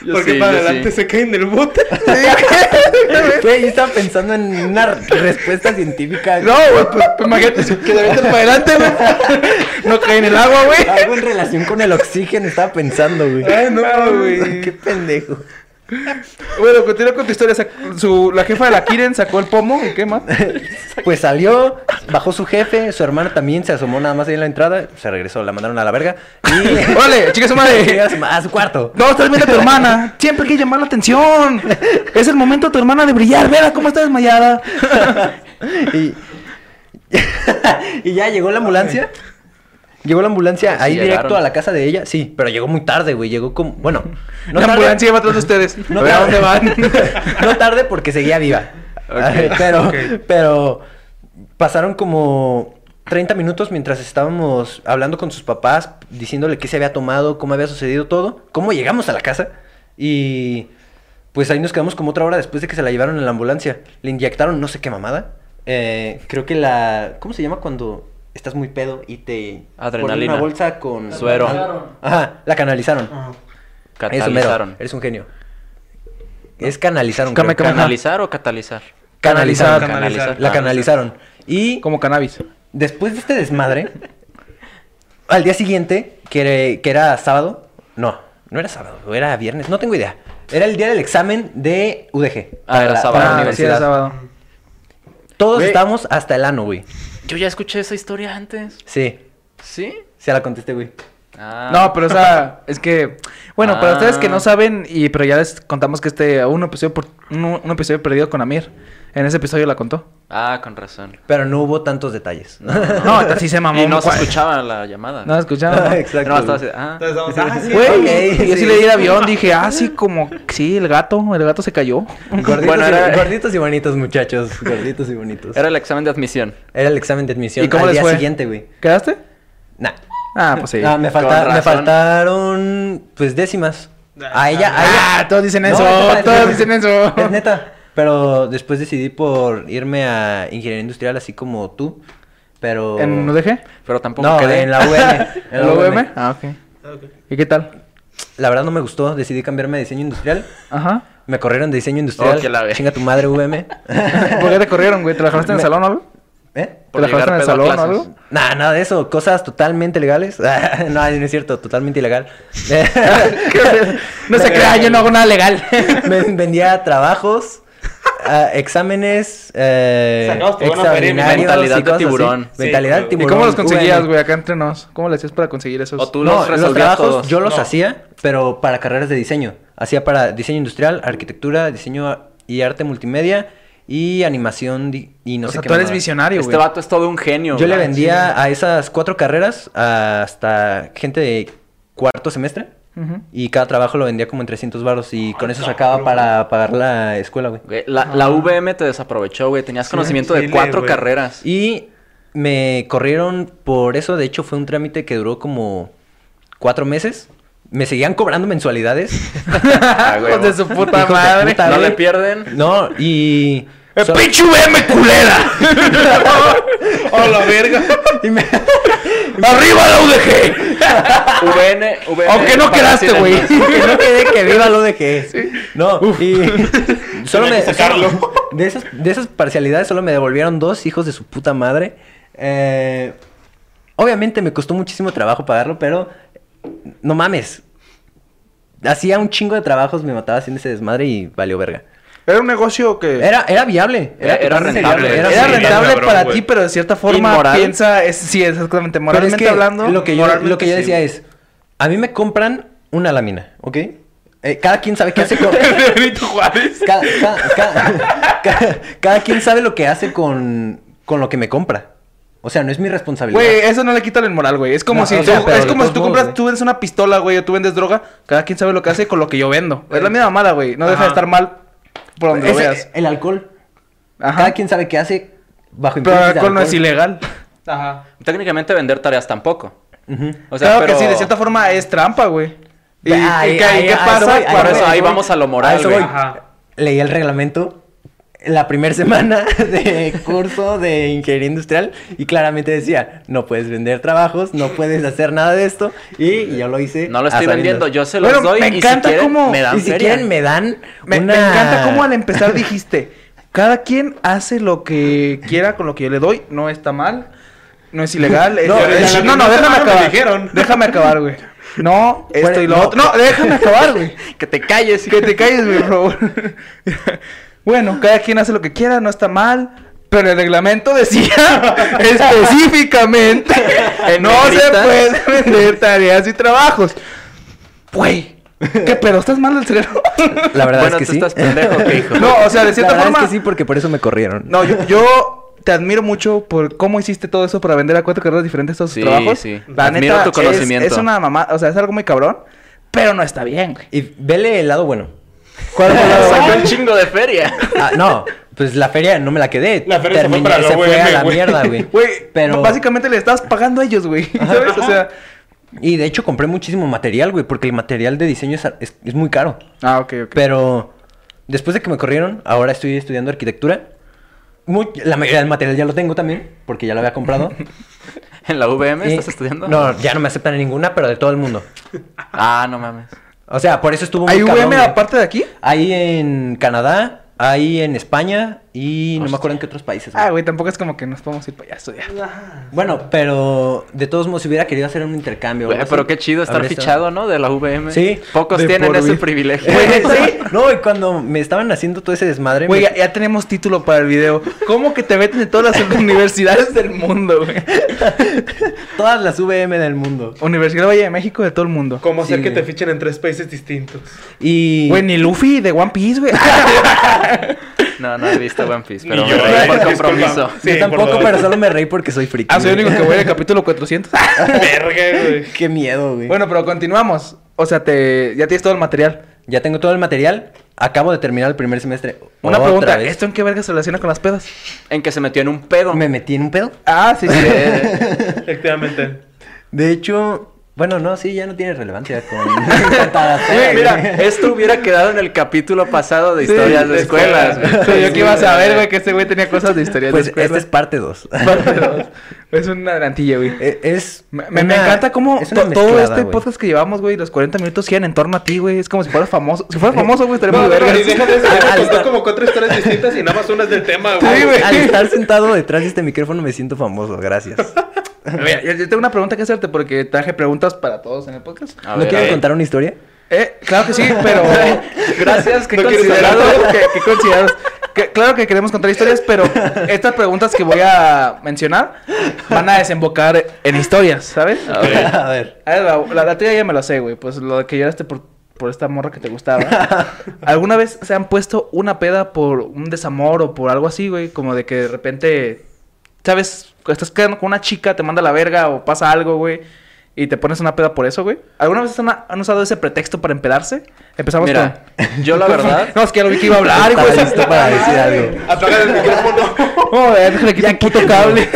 Yo Porque sí, para yo sí. adelante se caen del bote. Güey, yo estaba pensando en una respuesta científica. No, güey, pues, pues, imagínate que se avienta para adelante, güey. No cae en el agua, güey. Algo en relación con el oxígeno estaba pensando, güey. Ay, no, Ah, güey. Qué pendejo. Bueno, continúa con tu historia. Sac- su- la jefa de la Kiren sacó el pomo y qué más. Pues salió, bajó su jefe, su hermana también se asomó nada más ahí en la entrada, se regresó, la mandaron a la verga. Y... ¡Órale, chica su madre! Llega a su ma- A su cuarto. No, estás viendo a tu hermana. Siempre hay que llamar la atención. Es el momento de tu hermana de brillar. Vela cómo está desmayada. y... y ya llegó la ambulancia. Llegó la ambulancia Sí ahí llegaron. directo a la casa de ella, sí, pero llegó muy tarde, güey, llegó como, bueno, la tarde- ambulancia lleva atrás de ustedes. No a ver a dónde tarde. van. no tarde porque seguía viva. Ok, pero, ok. pero pasaron como 30 minutos mientras estábamos hablando con sus papás, diciéndole qué se había tomado, cómo había sucedido todo, cómo llegamos a la casa. Y pues ahí nos quedamos como otra hora después de que se la llevaron en la ambulancia. Le inyectaron no sé qué mamada. Eh, creo que la... ¿Cómo se llama cuando estás muy pedo y te... ponen Adrenalina. Una bolsa con... Suero. Ajá, la canalizaron. Ah. Eso, mero. Catalizaron. Eres un genio. Es canalizaron. Came, creo. came. ¿Canalizar o catalizar? Canalizaron. Canalizar. La canalizaron. Y Como cannabis. después de este desmadre, al día siguiente, que, que era sábado, no, no era sábado, era viernes, no tengo idea. Era el día del examen de UDG. Ah, era para- sábado. para la Ah, sí, sí, era universidad. sábado. Todos Güey. estábamos hasta el ano, güey. Yo ya escuché esa historia antes. Sí, ¿Sí? se la contesté, güey. Ah. No, pero o sea, es que. Bueno, para ustedes que no Ah. saben, y pero ya les contamos que este. Un episodio, por- un, un episodio perdido con Amir. En ese episodio la contó. Ah, con razón. Pero no hubo tantos detalles. No, ahorita sí se mamó. Y no se Cua- escuchaba la llamada. No se escuchaba. ¿no? Exacto. No, güey. estaba así, ah. Entonces vamos a... Ah, sí, Güey, ok, yo sí, sí. le di el avión, dije, ah, sí, como, sí, el gato, el gato se cayó. Gorditos, Bueno, y, era- gorditos y bonitos, muchachos. Gorditos y bonitos. Era el examen de admisión. Era el examen de admisión. ¿Y cómo al les día fue? siguiente, güey. ¿Quedaste? Nah. Ah, pues sí. Ah, me, falta- Con razón. me faltaron, pues, décimas. A ella, a ella. Ah, todos dicen No, eso, neta, es todos neta. dicen eso. Es neta. Pero después decidí por irme a ingeniería industrial, así como tú. Pero. ¿En UDG? Pero tampoco No, quedé. en la UM. ¿En la UM? Ah, ok. ¿Y qué tal? La verdad no me gustó. Decidí cambiarme a diseño industrial. Ajá. Me corrieron de diseño industrial. Oh, que la ve- Chinga tu madre, UM. ¿Por qué te corrieron, güey? ¿Trabajaste en el Me- salón o algo? ¿Eh? Por ¿Te la llegar dejaste en el pedo a salón o clases. algo? Nada, nada de eso. Cosas totalmente legales. no, no es cierto. Totalmente ilegal. no se crea, yo no hago nada legal. Me vendía trabajos. ah, exámenes. Eh, Sacados por una feria y extraordinarios mentalidad y de cosas así. tiburón. Sí, Mentalidad de ¿y ¿Y tiburón. cómo los conseguías, UN. güey? Acá entre nos. ¿Cómo le hacías para conseguir esos? O tú No, los los, resolvías trabajos todos. yo los No. hacía, pero para carreras de diseño. Hacía para diseño industrial, arquitectura, diseño a- y arte multimedia y animación di- y no o sé sea, qué tú eres mamada. visionario, güey. Este vato es todo un genio. Yo le güey. vendía a esas cuatro carreras a- hasta gente de cuarto semestre Ujú. y cada trabajo lo vendía como en 300 baros y con Ah, eso sacaba para pagar la escuela, güey. Güey, La, Ah. la VM te desaprovechó, güey. Tenías conocimiento de Chile, cuatro güey. carreras. Y me corrieron por eso. De hecho, fue un trámite que duró como cuatro meses. Me seguían cobrando mensualidades. Ah, güey, Hijos de güey. su puta Hijos de madre. puta, No güey. le pierden. No, y. ¡Eh, solo- ¡Pinche VM culera! ¡Oh, la verga! y me- ¡Arriba la UDG! VN, VN. Aunque no quedaste, güey. que no quede que viva lo de que. No, y. solo Tenía me. que sacarlo. De esas, de esas parcialidades solo me devolvieron dos hijos de su puta madre. Eh, obviamente me costó muchísimo trabajo pagarlo, pero. No mames. Hacía un chingo de trabajos, me mataba haciendo ese desmadre y valió verga. Era un negocio que... Era, era viable. Era- era totalmente rentable. viable, Era, Era, sí, rentable. rentable cabrón, para güey. ti, pero de cierta forma Inmoral. piensa... Es, sí, exactamente. Pero es Moralmente que hablando... Lo que yo, moralmente lo que yo sí, decía güey. es: a mí me compran una lámina, ¿ok? Eh, cada quien sabe qué hace con. Benito Juárez. cada, cada- cada- cada- cada quien sabe lo que hace con, con lo que me compra. O sea, no es mi responsabilidad. Güey, eso no le quita el moral, güey. Es como No, si o tú, sea, pero es de como si todos tú modos, compras, güey. tú vendes una pistola, güey, o tú vendes droga. Cada quien sabe lo que hace con lo que yo vendo. Es la misma mamada, güey. No deja de Ajá. estar mal por donde lo Eh. Ese- veas. El alcohol. Ajá. Cada quien sabe qué hace bajo Pero el influencia de alcohol no es ilegal. Ajá. Técnicamente vender tareas tampoco. Ujú. O sea, claro pero... que sí, de cierta forma es trampa, güey. ¿Y, y Ay, qué- y ay, qué a eso pasa voy, a cuando- Por eso ahí voy. vamos a lo moral, A eso güey. voy. Ajá. Leí el reglamento la primera semana de curso de ingeniería industrial y claramente decía, no puedes vender trabajos, no puedes hacer nada de esto y yo lo hice. No lo a estoy sabiendas. vendiendo, yo se los Ah, Bueno, doy me y encanta si quieren, cómo- me dan Y si feria. quieren me dan Me, me una- encanta cómo al empezar dijiste, cada quien hace lo que quiera con lo que yo le doy, no está mal, no es ilegal. es- No, es- desde la no, no, primera déjame semana me acabar. dijeron. Déjame acabar, güey. No, esto y lo no. otro. No, déjame acabar, güey. Que te calles. Que te calles, güey, por favor. bueno, cada quien hace lo que quiera, no está mal. Pero el reglamento decía específicamente En no negrita. se puede vender tareas y trabajos. Güey, ¿qué pedo? ¿Estás mal del cerebro? La verdad bueno, es que tú sí. estás pendejo, ¿qué hijo? No, o sea, de cierta la verdad forma. es que sí, porque por eso me corrieron. No, yo, yo te admiro mucho por cómo hiciste todo eso para vender a cuatro carreras diferentes todos tus Sí, trabajos. sí. La Admiro neta, tu conocimiento. Es, es una mamá, o sea, es algo muy cabrón, pero no está bien, güey. Y vele el lado bueno. ¿Cuál fue la- Sacó un chingo de feria. Ah, no, pues la feria no me la quedé. La feria se fue para la se fue a UEM, la güey. mierda, güey. Güey, Pero básicamente le estás pagando a ellos, güey. ¿Sabes? O sea. y de hecho compré muchísimo material, güey, porque el material de diseño es, es- es muy caro. Ah, ok, ok. Pero después de que me corrieron, ahora estoy estudiando arquitectura. Muy- la mayoría del material ya lo tengo también, porque ya lo había comprado. ¿En la VM Y- estás estudiando? No, ya no me aceptan en ninguna, pero de todo el mundo. Ah, no mames. O sea, por eso estuvo muy ¿Hay cabrón, VM güey. aparte de aquí? Ahí en Canadá, ahí en España y no me acuerdo en qué otros países. güey. Ah, güey, tampoco es como que nos podemos ir para allá a estudiar. Bueno, pero de todos modos, si hubiera querido hacer un intercambio. o Güey, algo Eh, pero así, qué chido estar habría estado- fichado, ¿no? De la VM. Sí. Pocos De tienen por ese vida. privilegio. Güey, sí. No, y cuando me estaban haciendo todo ese desmadre. Güey, me- ya, ya tenemos título para el video. ¿Cómo que te meten en todas las universidades del mundo, güey? Todas las VM del mundo. Universidad de Valle de México de todo el mundo. Como Sí, ser que te güey. fichen en tres países distintos. Y. Güey, ni Luffy de One Piece, güey. No, no he visto One Piece, pero Ni yo, me- eh, por disculpa. compromiso. Sí, por yo tampoco, favor. pero solo me reí porque soy friki. ah, soy el güey. único que voy al capítulo 400. Verga, güey. Qué miedo, güey. bueno, pero continuamos. O sea, te ya tienes todo el material. Ya tengo todo el material. Acabo de terminar el primer semestre. Una Otra pregunta, vez. ¿esto en qué verga se relaciona con las pedas? En que se metió en un pedo. Me metí en un pedo. Ah, sí, sí. Eh. Efectivamente. De hecho. Bueno, no, sí, ya no tiene relevancia con... con Tarasera, Güey, mira, güey. esto hubiera quedado en el capítulo pasado de historias Sí, de escuelas. escuela. güey. Sí, yo que iba a saber, güey, que este güey tenía cosas de historia Pues de escuela. esta es parte 2. Parte dos. Es una adelantilla, güey. Eh, Es. Me, me- me una- encanta cómo es to- una todo mezclada, este güey. podcast que llevamos, güey, los 40 minutos giran en torno a ti, güey. Es como si fueras famoso. Si fueras famoso, güey, estaríamos No, de no, vergas. y deja de eso. Ah, me al contó estar- como cuatro historias distintas y nada más una es del tema, güey. Sí, güey. Al estar sentado detrás de este micrófono me siento famoso, gracias. Mira, yo, yo tengo una pregunta que hacerte porque traje preguntas para todos en el podcast. A ¿No ver, a quieren ver. contar una historia? Eh, claro que sí, pero Gracias, qué No quieres considerado. hablar. ¿Qué, qué considerados? que- claro que queremos contar historias, pero estas preguntas que voy a mencionar van a desembocar en historias, ¿sabes? A ver, a ver. A ver, Ah, la, la- la tuya ya me la sé, güey. Pues lo de que lloraste por, por esta morra que te gustaba. ¿Alguna vez se han puesto una peda por un desamor o por algo así, güey? Como de que de repente, ¿sabes? Estás quedando con una chica, te manda a la verga o pasa algo, güey. Y te pones una peda por eso, güey. ¿Alguna vez han, han usado ese pretexto para empedarse? Empezamos Mira, con... yo la verdad. No, es que ya lo vi que iba a hablar, hijo de Está su listo puta para madre. decir algo. Apagar el micrófono. Joder, déjale quitar un puto cable.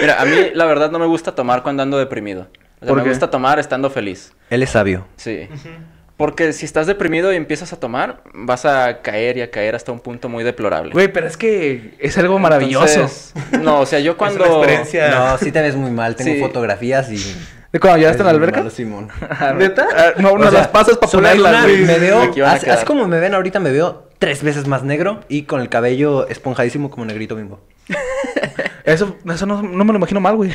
Mira, a mí la verdad no me gusta tomar cuando ando deprimido. O sea, ¿Por me qué? gusta tomar estando feliz. Él es sabio. Sí. Porque si estás deprimido y empiezas a tomar, vas a caer y a caer hasta un punto muy deplorable. Güey, pero es que es algo maravilloso. Entonces, no, o sea, yo cuando. Es una experiencia. No, sí te ves muy mal. Tengo Sí. fotografías y... ¿De cuando llegaste a la Eres muy alberca? malo, Simón. Ah, ¿Neta? Ah, No, O no sea, las pasas para sobre ponerlas, una- güey. Me veo, Aquí van a así, quedar. así como me ven ahorita, me veo tres veces más negro y con el cabello esponjadísimo como negrito bimbo. Eso, eso no, no me lo imagino mal, güey.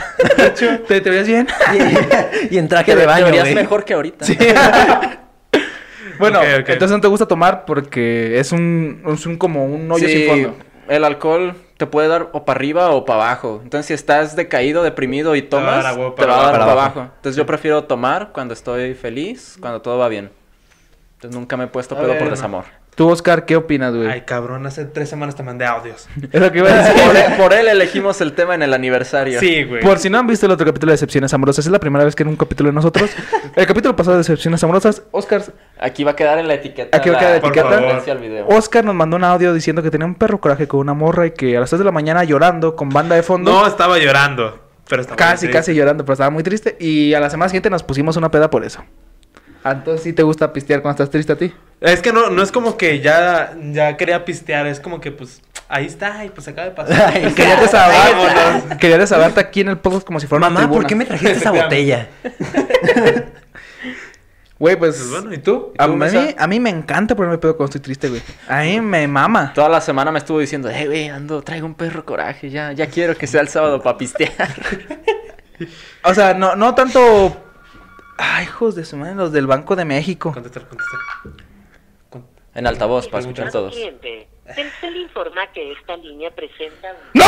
¿Te, te veías bien? Y, y en Te, traje te de baño, verías güey. mejor que ahorita. Sí. bueno, Ok, ok. entonces no te gusta tomar porque es un, es un como un hoyo Sí, sin fondo. El alcohol te puede dar o para arriba o para abajo. Entonces, si estás decaído, deprimido y va a dar tomas, a huevo te para va a dar abajo. para Para abajo. Entonces, yo prefiero tomar cuando estoy feliz, cuando todo va bien. Entonces, nunca me he puesto A pedo ver, por no. desamor. Tú, Oscar, ¿qué opinas, güey? Ay, cabrón, hace tres semanas te mandé audios. Es lo que iba a decir. Por él, por él elegimos el tema en el aniversario. Sí, güey. Por si no han visto el otro capítulo de Decepciones Amorosas, es la primera vez que en un capítulo de nosotros, el capítulo pasado de Decepciones Amorosas, Oscar, Aquí va a quedar en la etiqueta. Aquí va a quedar la- la Por etiqueta. favor. referencia al video. Oscar nos mandó un audio diciendo que tenía un perro coraje con una morra y que a las 3 de la mañana llorando con banda de fondo. No estaba llorando. Pero estaba Casi, muy casi llorando, pero estaba muy triste. Y a la semana siguiente nos pusimos una peda por eso. Ah, Entonces, ¿sí te gusta pistear cuando estás triste a ti? Es que no, no es como que ya, ya quería pistear, es como que pues ahí está y pues acaba de pasar. Ay, Quería desahogar, Vámonos. quería desahogarte aquí en el podcast como si fuera una Mamá, ¿por tribuna. qué me trajiste esa botella? Güey, pues... Pues bueno, ¿y tú? a, tú, mí, Misa? a mí me encanta ponerme pedo cuando estoy triste, güey. A mí me mama. Toda la semana me estuvo diciendo, eh, güey, ando, traigo un perro coraje, ya, ya quiero que sea el sábado para pistear. O sea, no, no tanto... Ay, hijos de su madre, los del Banco de México. Contestar, contestar. Con- En altavoz, para escuchar todos. Cliente. Telcel informa que esta línea presenta un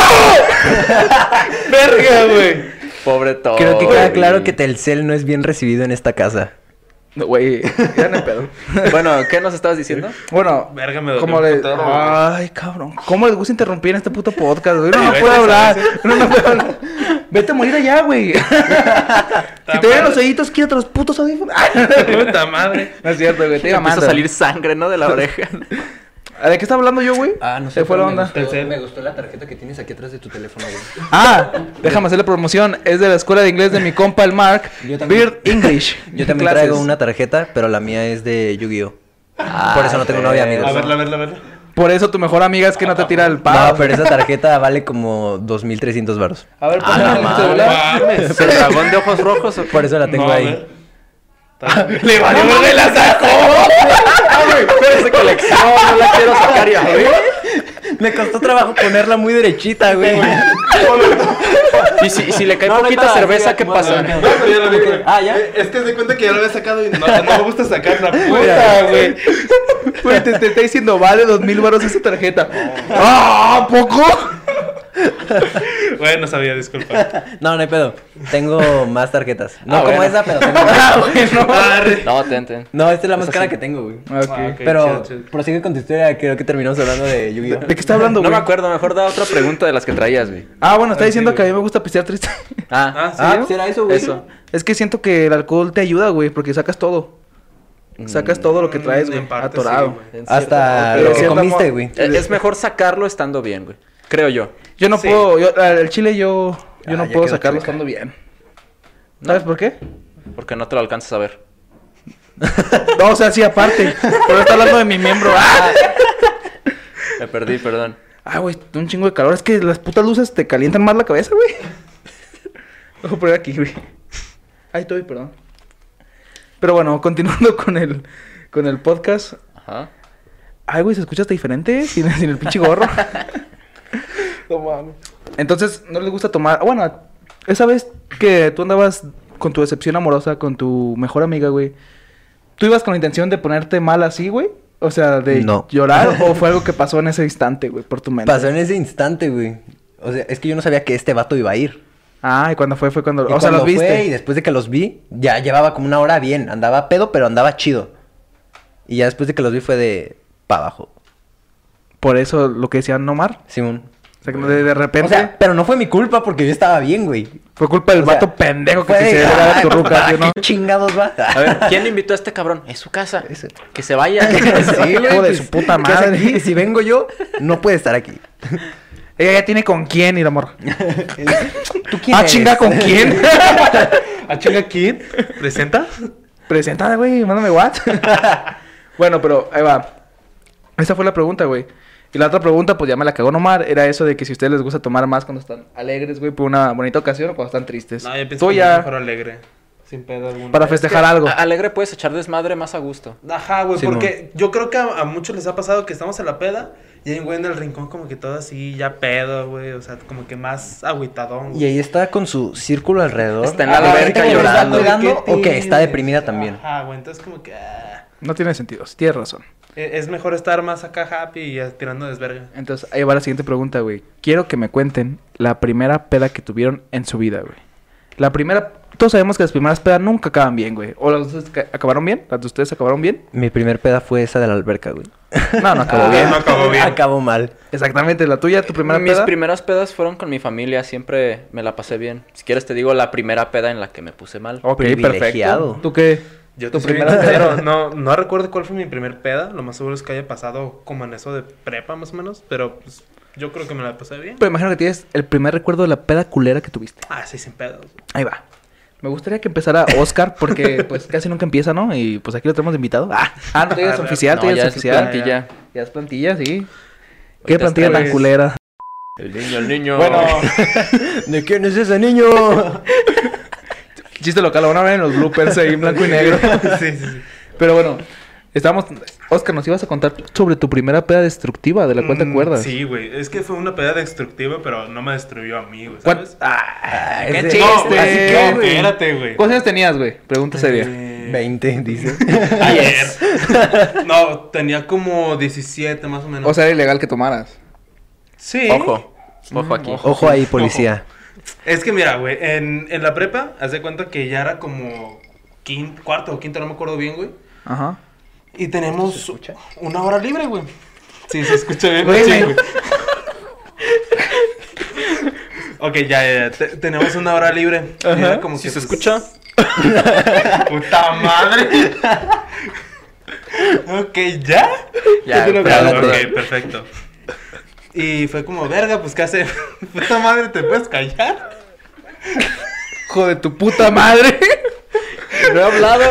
¡Verga, güey! Pobre todo. Creo que queda claro que Telcel no es bien recibido en esta casa. No, güey, ya no hay pedo. Bueno, ¿qué nos estabas diciendo? Bueno, Verga, me dolió como un le- putero, güey. Ay, cabrón. ¿Cómo les gusta interrumpir en este puto podcast, güey? No, no Vete, puedo hablar. ¿sabes? No, no puedo hablar. Vete a morir allá, güey. si te ven los ojitos, quítate los putos audífonos. Puta madre. no es cierto, güey. Te iba Empieza a a salir sangre, ¿no? De la oreja. ¿De qué está hablando yo, güey? Ah, Se fue la onda. Telcel. me gustó la tarjeta que tienes aquí atrás de tu teléfono, güey. Ah, déjame hacer la promoción. Es de la escuela de inglés de mi compa, el Mark. Yo también- Beard English. Yo también Clases. traigo una tarjeta, pero la mía es de Yu-Gi-Oh. Por eso no tengo güey. novia, A amigos. verla, a verla, a verla. Por eso tu mejor amiga es que no te tira el pavo. No, pero esa tarjeta vale como 2.300 baros. A ver, Ah, ponla la en el madre. celular. ¿Es el dragón de ojos rojos o qué? Por eso la tengo No, a ahí. ver. Está bien. Le valió verga y la sacó. Esa colección, no la quiero sacar y abrir. Me costó trabajo ponerla muy derechita, güey. Y si, y si le cae No, no hay poquita nada, cerveza, mira, ¿qué no, pasa? no, no. No, pero ya la vi, güey. Ah, ¿ya? Eh, Es que se cuenta que ya lo había sacado y no, no me gusta sacarla. Puta, Puta, güey. Güey, te, te está diciendo, vale dos mil baros esa tarjeta. ¡Ah! ¿a poco? Bueno, sabía, disculpa. No, no hay pedo. Tengo más tarjetas. No Ah, como bueno. esa, pero tengo más. Ah, bueno. Arre. No, ten, ten. No, esta es la más cara que tengo, güey. Ok. Ok, Pero chido, chido. prosigue con tu historia, creo que terminamos hablando de Yu-Gi-Oh. ¿De qué está hablando, No güey? me acuerdo, mejor da otra pregunta de las que traías, güey. Ah, bueno, está Ah, diciendo sí, que a mí güey. me gusta pistear triste. Ah, Ah, Ah, ¿sí? ¿será eso, güey? eso. Es que siento que el alcohol te ayuda, güey, porque sacas todo. Sacas todo lo que traes, Mm, güey, en parte atorado. sí, güey. Hasta Pero lo que siento comiste, amor. güey. e, Es es mejor sacarlo estando bien, güey. Creo yo. yo no Sí. puedo, yo, el chile yo, yo no Ah, ya puedo quedó sacarlo chueca. estando bien. ¿Sabes por qué? Porque no te lo alcanzas a ver. No, o sea, sí, aparte. Pero está hablando de mi miembro. ¡Ah! Me perdí, perdón. Ah, güey, un chingo de calor. Es que las putas luces te calientan más la cabeza, güey. Lo voy a poner aquí, güey. Ahí estoy, perdón. Pero bueno, continuando con el, con el podcast. Ajá. Ay, güey, se escucha hasta diferente sin, sin el pinche gorro. no mames. Entonces, no les gusta tomar. Ah, Bueno, esa vez que tú andabas con tu decepción amorosa, con tu mejor amiga, güey. ¿Tú ibas con la intención de ponerte mal así, güey? O sea, de No. llorar o fue algo que pasó en ese instante, güey, por tu mente. Pasó en ese instante, güey. O sea, es que yo no sabía que este vato iba a ir. Ah, y cuando fue, fue cuando. Y o sea, cuando los viste. fue, y después de que los vi, ya llevaba como una hora bien. Andaba pedo, pero andaba chido. Y ya después de que los vi fue de... Pa' abajo. Por eso lo que decía Nomar. Simón. O sea, que de, de repente O sea, pero no fue mi culpa porque yo estaba bien, güey. fue culpa del o sea, vato pendejo que Fue se de, quisiera dar a "Ay, tu ruca, papá, ¿sí o no? ¿Qué chingados va? A ver, ¿quién le invitó a este cabrón? Es su casa. Ese. Que se vaya. Sí, güey, Hijo de pues, su puta ¿qué hace madre. aquí? Si vengo yo, no puede estar aquí. Ella ya tiene con quién ir, amor. ¿Tú quién ah, eres? chinga, ¿con quién? ¿A chinga quién? ¿Presenta? Presentada, güey, mándame what. bueno, pero ahí va. Esa fue la pregunta, güey. Y la otra pregunta, pues ya me la cagó Nomar, era eso de que si a ustedes les gusta tomar más cuando están alegres, güey, por una bonita ocasión o cuando están tristes. No, yo pensé Tú que ya, mejor alegre. Sin pedo alguno. para festejar algo. A- Alegre puedes echar desmadre más a gusto. Ajá, güey, Simón. porque yo creo que a, a muchos les ha pasado que estamos en la peda y hay un güey en el rincón como que todo así, ya pedo, güey, o sea, como que más agüitadón. Y güey. ahí está con su círculo alrededor. Está en la Ah, alberca gente que lo está llorando. cuidando ¿Qué O que está tienes? deprimida también. Ajá, güey, entonces como que ah, No tiene sentido, sí, tienes razón. e- es mejor estar más acá happy y ah, tirando desverga. Entonces, ahí va la siguiente pregunta, güey. Quiero que me cuenten la primera peda que tuvieron en su vida, güey. La primera... Todos sabemos que las primeras pedas nunca acaban bien, güey. ¿O las de ustedes ca- acabaron bien? ¿Las de ustedes acabaron bien? Mi primer peda fue esa de la alberca, güey. No, no acabó Ah, bien. no acabó bien. Acabó mal. Exactamente, la tuya, tu primera Mis peda. primeras pedas fueron con mi familia. Siempre me la pasé bien. Si quieres te digo la primera peda en la que me puse mal. Ok, perfecto. Privilegiado. ¿Tú qué? Yo ¿Tu te soy bien primera peda? sincero, no, no recuerdo cuál fue mi primer peda, lo más seguro es que haya pasado como en eso de prepa más o menos, pero pues yo creo que me la pasé bien. Pero imagino que tienes el primer recuerdo de la peda culera que tuviste. Ah, sí, sin pedos. güey. Ahí va. Me gustaría que empezara Oscar porque pues casi nunca empieza, ¿no? Y pues aquí lo tenemos de invitado. Ah, ah no, tú ya eres A ver, oficial, tú no, ya ya eres es oficial. plantilla. Ya es plantilla, sí. Ahorita Qué plantilla está, tan pues. culera. El niño, el niño. ¿De quién es ese niño? Chiste local, lo van a ver en los bloopers ahí en blanco y negro. sí, sí, sí. Pero bueno, estamos... Oscar, nos ibas a contar sobre tu primera peda destructiva, de la cual te Mm, acuerdas. Sí, güey, es que fue una peda destructiva, pero no me destruyó a mí, güey, ¿Cuán- ¿sabes? Ah, ¿Qué ese- chiste? No, No, güey, así que, güey. espérate, güey. ¿Cuántos años tenías, güey? Pregunta seria. Eh, 20, dice. Ayer. no, tenía como 17 más o menos. O sea, era ilegal que tomaras. sí. Ojo. Ojo aquí. Ojo ahí, policía. Es que mira, güey, en, en la prepa, haz de cuenta que ya era como quinto, cuarto o quinto, no me acuerdo bien, güey. Ajá. Y tenemos una hora libre, güey. Sí, se escucha bien, Güey, machín, me- güey. Ok, ya, ya, ya. Te- tenemos una hora libre. Y era como Si que, se pues, escucha, ¡Puta madre! ok, ¿ya? ya. perdón, lo grabé. perdón. Ok, perfecto. Y fue como, verga, pues, ¿qué hace? Puta madre, ¿te puedes callar? Hijo de tu puta madre. No he hablado,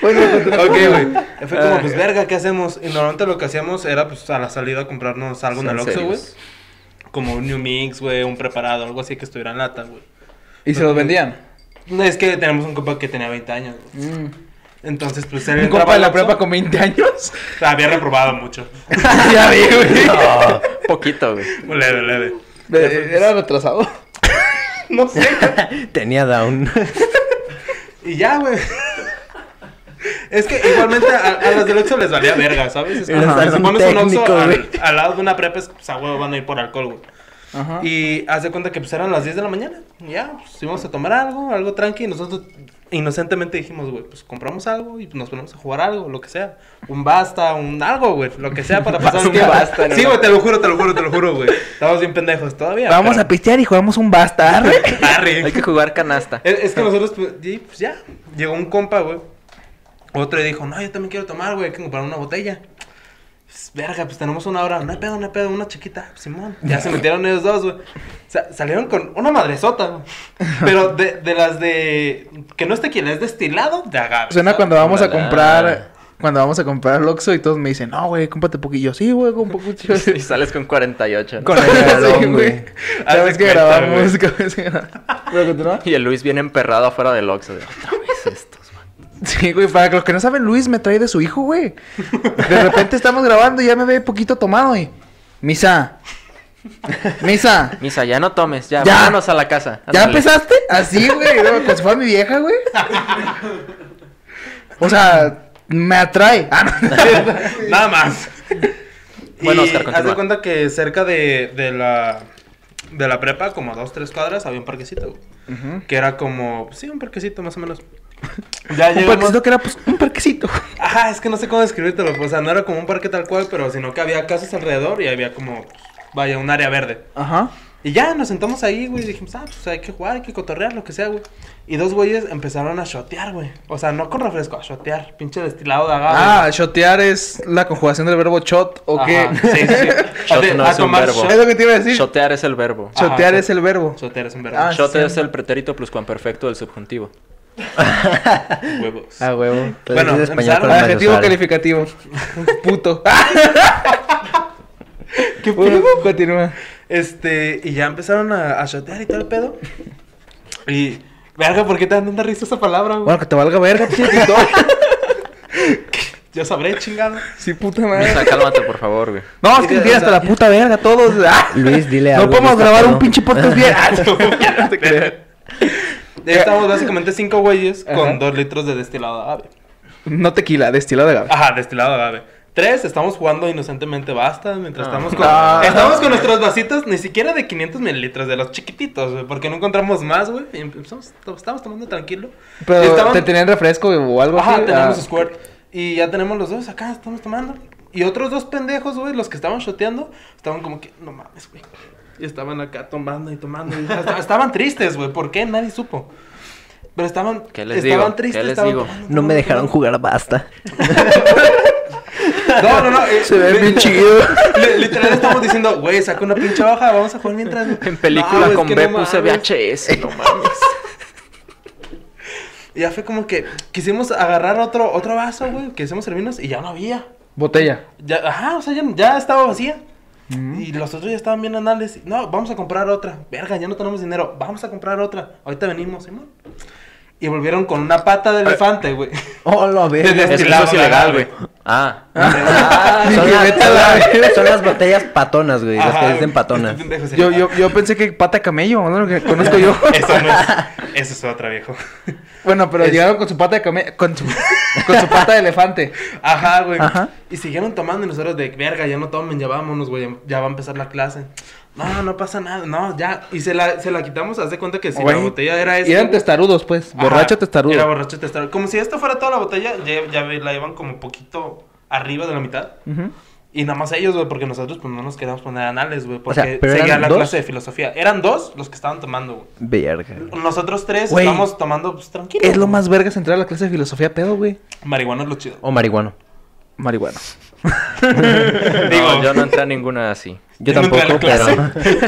güey. Ok, güey. Fue como, pues, verga, ¿qué hacemos? Y normalmente lo que hacíamos era, pues, a la salida comprarnos algo en Sean el Oxxo, güey. serios. Como un New Mix, güey, un preparado, algo así que estuviera en lata, güey. ¿Y se los vendían? No, es que tenemos un compa que tenía 20 años, güey. Entonces, pues, él ¿Un entraba compa de al la Oxxo. prepa con 20 años? Había reprobado mucho. ya vi, güey. Ah, Poquito, güey. leve, leve. Eh, Era retrasado. No sé. Tenía down. Y ya, güey. Es que igualmente a, a las del Oxxo les valía verga, ¿sabes? Es como Ajá. que si Un pones un Oxxo técnico, al, güey. al lado de una prepa, es, pues a huevo van a ir por alcohol, güey. Ajá. Y haz de cuenta que pues eran las 10 de la mañana. Y ya, pues íbamos a tomar algo, algo tranqui. Y nosotros inocentemente dijimos, güey, pues compramos algo y nos ponemos a jugar algo, lo que sea. Un basta, un algo, güey. Lo que sea para pasar Un el tiempo. basta, ¿no? sí, güey, te lo juro, te lo juro, te lo juro, güey. Estamos bien pendejos todavía. Vamos a pistear y jugamos un bastardo. Parry. Hay que jugar canasta. Es, es que nosotros, pues, y, pues, ya, llegó un compa, güey. Otro y dijo, no, yo también quiero tomar, güey, hay que comprar una botella. Pues, verga, pues tenemos una hora, no hay pedo, no hay pedo, una chiquita, Simón. Ya se metieron ellos dos, güey. Sa- salieron con una madresota, güey. Pero de, de las de, que no es tequila, es destilado de agave. Suena ¿sabes? cuando vamos a Ojalá. comprar... Cuando vamos a comprar Loxo y todos me dicen, no, güey, cómprate poquillo. Sí, güey, con poco Y sales con 48. Con el galón, güey. Cada vez Hazte que cuenta, grabamos, güey. cada vez que grabamos. ¿Puedo continuar? Y el Luis viene emperrado afuera del Oxxo. de, Otra vez estos, güey. Sí, güey, para los que no saben, Luis me trae de su hijo, güey. De repente estamos grabando y ya me ve poquito tomado y... Misa. Misa. Misa, ya no tomes, ya, Ya. vámonos a la casa. ¿Ya Ándale. empezaste? Así, güey. no, Pues fue a mi vieja, güey. O sea, me atrae. Ah, no. Nada más. Bueno, Y Oscar, continúa. Haz de cuenta que cerca de, de la de la prepa, como a dos, tres cuadras, había un parquecito. güey, Que era como, sí, un parquecito más o menos. Ya Un llegamos- parquecito que era pues un parquecito. Ajá, es que no sé cómo describírtelo. pues, O sea, no era como un parque tal cual, pero sino que había casas alrededor y había como, pues, vaya, un área verde. Ajá. Y ya nos sentamos ahí, güey, y dijimos, ah, pues hay que jugar, hay que cotorrear, lo que sea, güey. Y dos güeyes empezaron a shotear, güey. O sea, no con refresco, a shotear, pinche destilado de agave. Ah, shotear es la conjugación del verbo shot o Ajá, qué. Sí, sí, sí. Shot De- no a es un tomar verbo. shot. Es lo que te iba a decir. Shotear es el verbo. Ah, Shotear Ajá, es el verbo. Shotear es un verbo. Ah, Shot sí. es el pretérito pluscuamperfecto del subjuntivo. Huevos. Ah, A Ah, huevo. Bueno, Ah, empezaron. más Adjetivo usado. calificativo. Puto. ¿Qué Bueno, continúa. Este, y ya empezaron a, a shotear y todo el pedo. Y, verga, ¿por qué te dan tanta risa esa palabra, güey? Bueno, que te valga verga, pues, pinche pito. Yo sabré, chingado. Sí, puta Misa, madre. cálmate, por favor, güey. No, es que tiene hasta la puta verga todos. Ah. Luis, dile No algo, podemos Luis, grabar ¿no? un pinche podcast bien. Ah, no te creas. Ya estábamos básicamente cinco güeyes Ajá. con dos litros de destilado de agave. No tequila, destilado de agave. Ajá, destilado de este agave. Tres, estamos jugando inocentemente basta mientras Ah. estamos con... Ah. Estamos con nuestros vasitos, ni siquiera de 500 mililitros, de los chiquititos, güey, porque no encontramos más, güey. y empezamos- Estamos tomando tranquilo. Pero Y estaban- te tenían refresco o algo Ajá, así. tenemos Ah. Squirt. Y ya tenemos los dos acá, estamos tomando. Y otros dos pendejos, güey, los que estaban shoteando, estaban como que, no mames, güey. Y estaban acá tomando y tomando. y hasta- estaban tristes, güey. ¿Por qué? Nadie supo. Pero estaban, ¿Qué les estaban digo? tristes. ¿Qué les estaban digo? tomando, pues. No me tomando, dejaron jugar basta. tomando. No, no, no. eh, Se ve li- bien chido. li- Literal estamos diciendo, güey, saca una pinche hoja, vamos a jugar mientras. En película No, es con que B no puse mames. VHS, no mames. Y ya fue como que quisimos agarrar otro, otro vaso, güey. Quisimos servirnos y ya no había. Botella. Ya, ajá, o sea, ya, ya estaba vacía. Mm. Y los otros ya estaban bien anales. No, vamos a comprar otra. Verga, ya no tenemos dinero. Vamos a comprar otra. Ahorita venimos, Simón. Y volvieron con una pata de elefante, güey. Oh, lo De verga. Es que eso destilado es de ilegal, agave. güey. Ah, Ah, son, Dije, las, vete a son la las- verga. son las botellas patonas, güey. las Ajá, que dicen güey. patonas. Pendejo, sí. Yo, yo, yo pensé que pata de camello, ¿no? Lo que conozco yo. Eso no es. Eso es otra, viejo. Bueno, pero Es- llegaron con su pata de camello. Con su, con su pata de elefante. Ajá, güey. Ajá. Y siguieron tomando y nosotros de verga, ya no tomen, ya vámonos, güey. Ya va a empezar la clase. No, no pasa nada. No, ya. Y se la, se la quitamos. Haz de cuenta que si Güey, la botella era esa. Y eran güey, testarudos, pues. Ajá, Borracho testarudo. Era borracho testarudo. Como si esto fuera toda la botella, ya, ya ve- la llevan como poquito arriba de la mitad. Ujú. Y nada más ellos, güey, porque nosotros pues no nos queríamos poner anales, güey, porque sea, ¿pero seguía eran la dos? clase de filosofía. Eran dos los que estaban tomando, güey. Verga. Nosotros tres Güey, estábamos tomando pues tranquilos. Es lo güey. más vergas entrar a la clase de filosofía pedo, güey. Marihuana es lo chido. O marihuano. Marihuana. Digo- no, yo no entré a ninguna así. Yo Yo nunca tampoco, en la pero.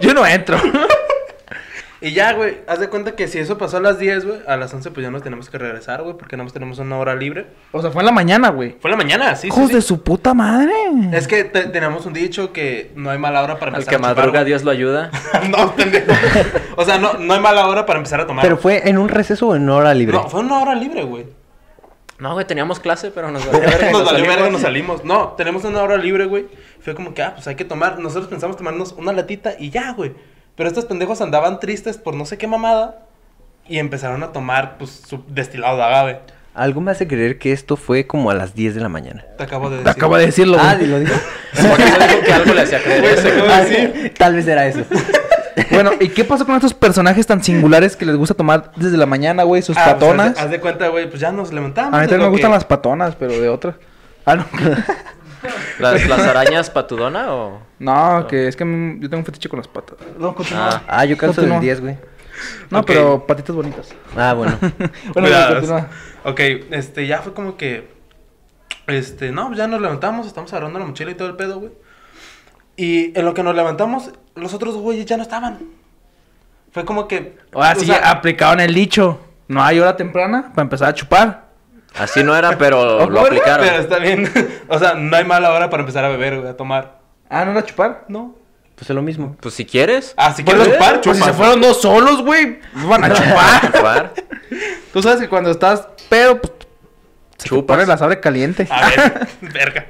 Yo no entro. Y ya, güey, haz de cuenta que si eso pasó a las 10, güey, a las 11 pues ya nos tenemos que regresar, güey, porque nada más tenemos una hora libre. O sea, fue en la mañana, güey. Fue en la mañana, sí, sí, Hijos sí. de su puta madre. Es que te- tenemos un dicho que no hay mala hora para Al empezar que a chupar, madruga, güey. Dios lo ayuda. no, pendejo. O sea, no, no hay mala hora para empezar a tomar. Pero fue en un receso o en hora libre. No, fue una hora libre, güey. No, güey, teníamos clase, pero nos valió verga. y Nos valió verga, salimos. nos salimos. No, tenemos una hora libre, güey. Fue como que, ah, pues hay que tomar. Nosotros pensamos tomarnos una latita y ya, güey. Pero estos pendejos andaban tristes por no sé qué mamada. Y empezaron a tomar, pues, su destilado de agave. Algo me hace creer que esto fue como a las 10 de la mañana. Te acabo de decir. Te acabo de decirlo, güey. Ah, y lo dijo. Porque yo digo que algo le hacía creer Güey, eso. se- Ah, Tal vez era eso. Bueno, ¿y qué pasó con estos personajes tan singulares que les gusta tomar desde la mañana, güey? Sus Ah, pues, patonas. haz, de, haz de cuenta, güey, pues ya nos levantamos. A mí es también lo me gustan que- las patonas, pero de otra. Ah, no. ¿Las, las arañas patudona o...? No, que es que a mí- yo tengo un fetiche con las patas. No, continúa. Ah, Ah, yo canso Continúa. del 10, güey. No, Ok. pero patitas bonitas. Ah, bueno. Bueno, ya, Mira, continúa. Ok, este, ya fue como que. Este, no, pues ya nos levantamos, estamos agarrando la mochila y todo el pedo, güey. Y en lo que nos levantamos, los otros güeyes ya no estaban. Fue como que. Ahora o sí, sea, aplicaron el dicho. No hay hora temprana para empezar a chupar. así no era, pero lo Bueno, aplicaron. Pero está bien. o sea, no hay mala hora para empezar a beber, güey, a tomar. Ah, ¿no era chupar? No. Pues es lo mismo. Pues si quieres. Ah, si Bueno, quieres chupar, pues si chupas. se fueron dos solos, güey, pues van a chupar. chupar. Tú sabes que cuando estás pedo, pues, se te Chupas. pone la sable caliente. A ver, verga.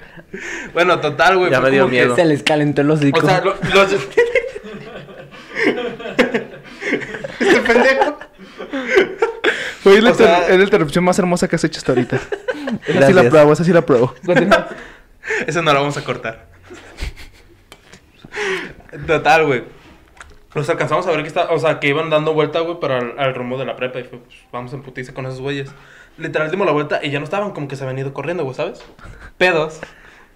Bueno, total, güey. Ya fue me dio como que- miedo. Se les calentó el hocico. O sea, lo- los. este pendejo. Fue la O sea- Este inter- es la interrupción más hermosa que has hecho hasta ahorita. Esa sí la Gracias. pruebo, esa sí la pruebo. Eso no lo vamos a cortar. Total, güey. Los alcanzamos a ver que está, o sea, que iban dando vuelta, güey, para el, al rumbo de la prepa. Y fue, pues, vamos en putiza con esos güeyes. Literal, dimos la vuelta y ya no estaban, como que se habían ido corriendo, güey, ¿sabes? Pedos.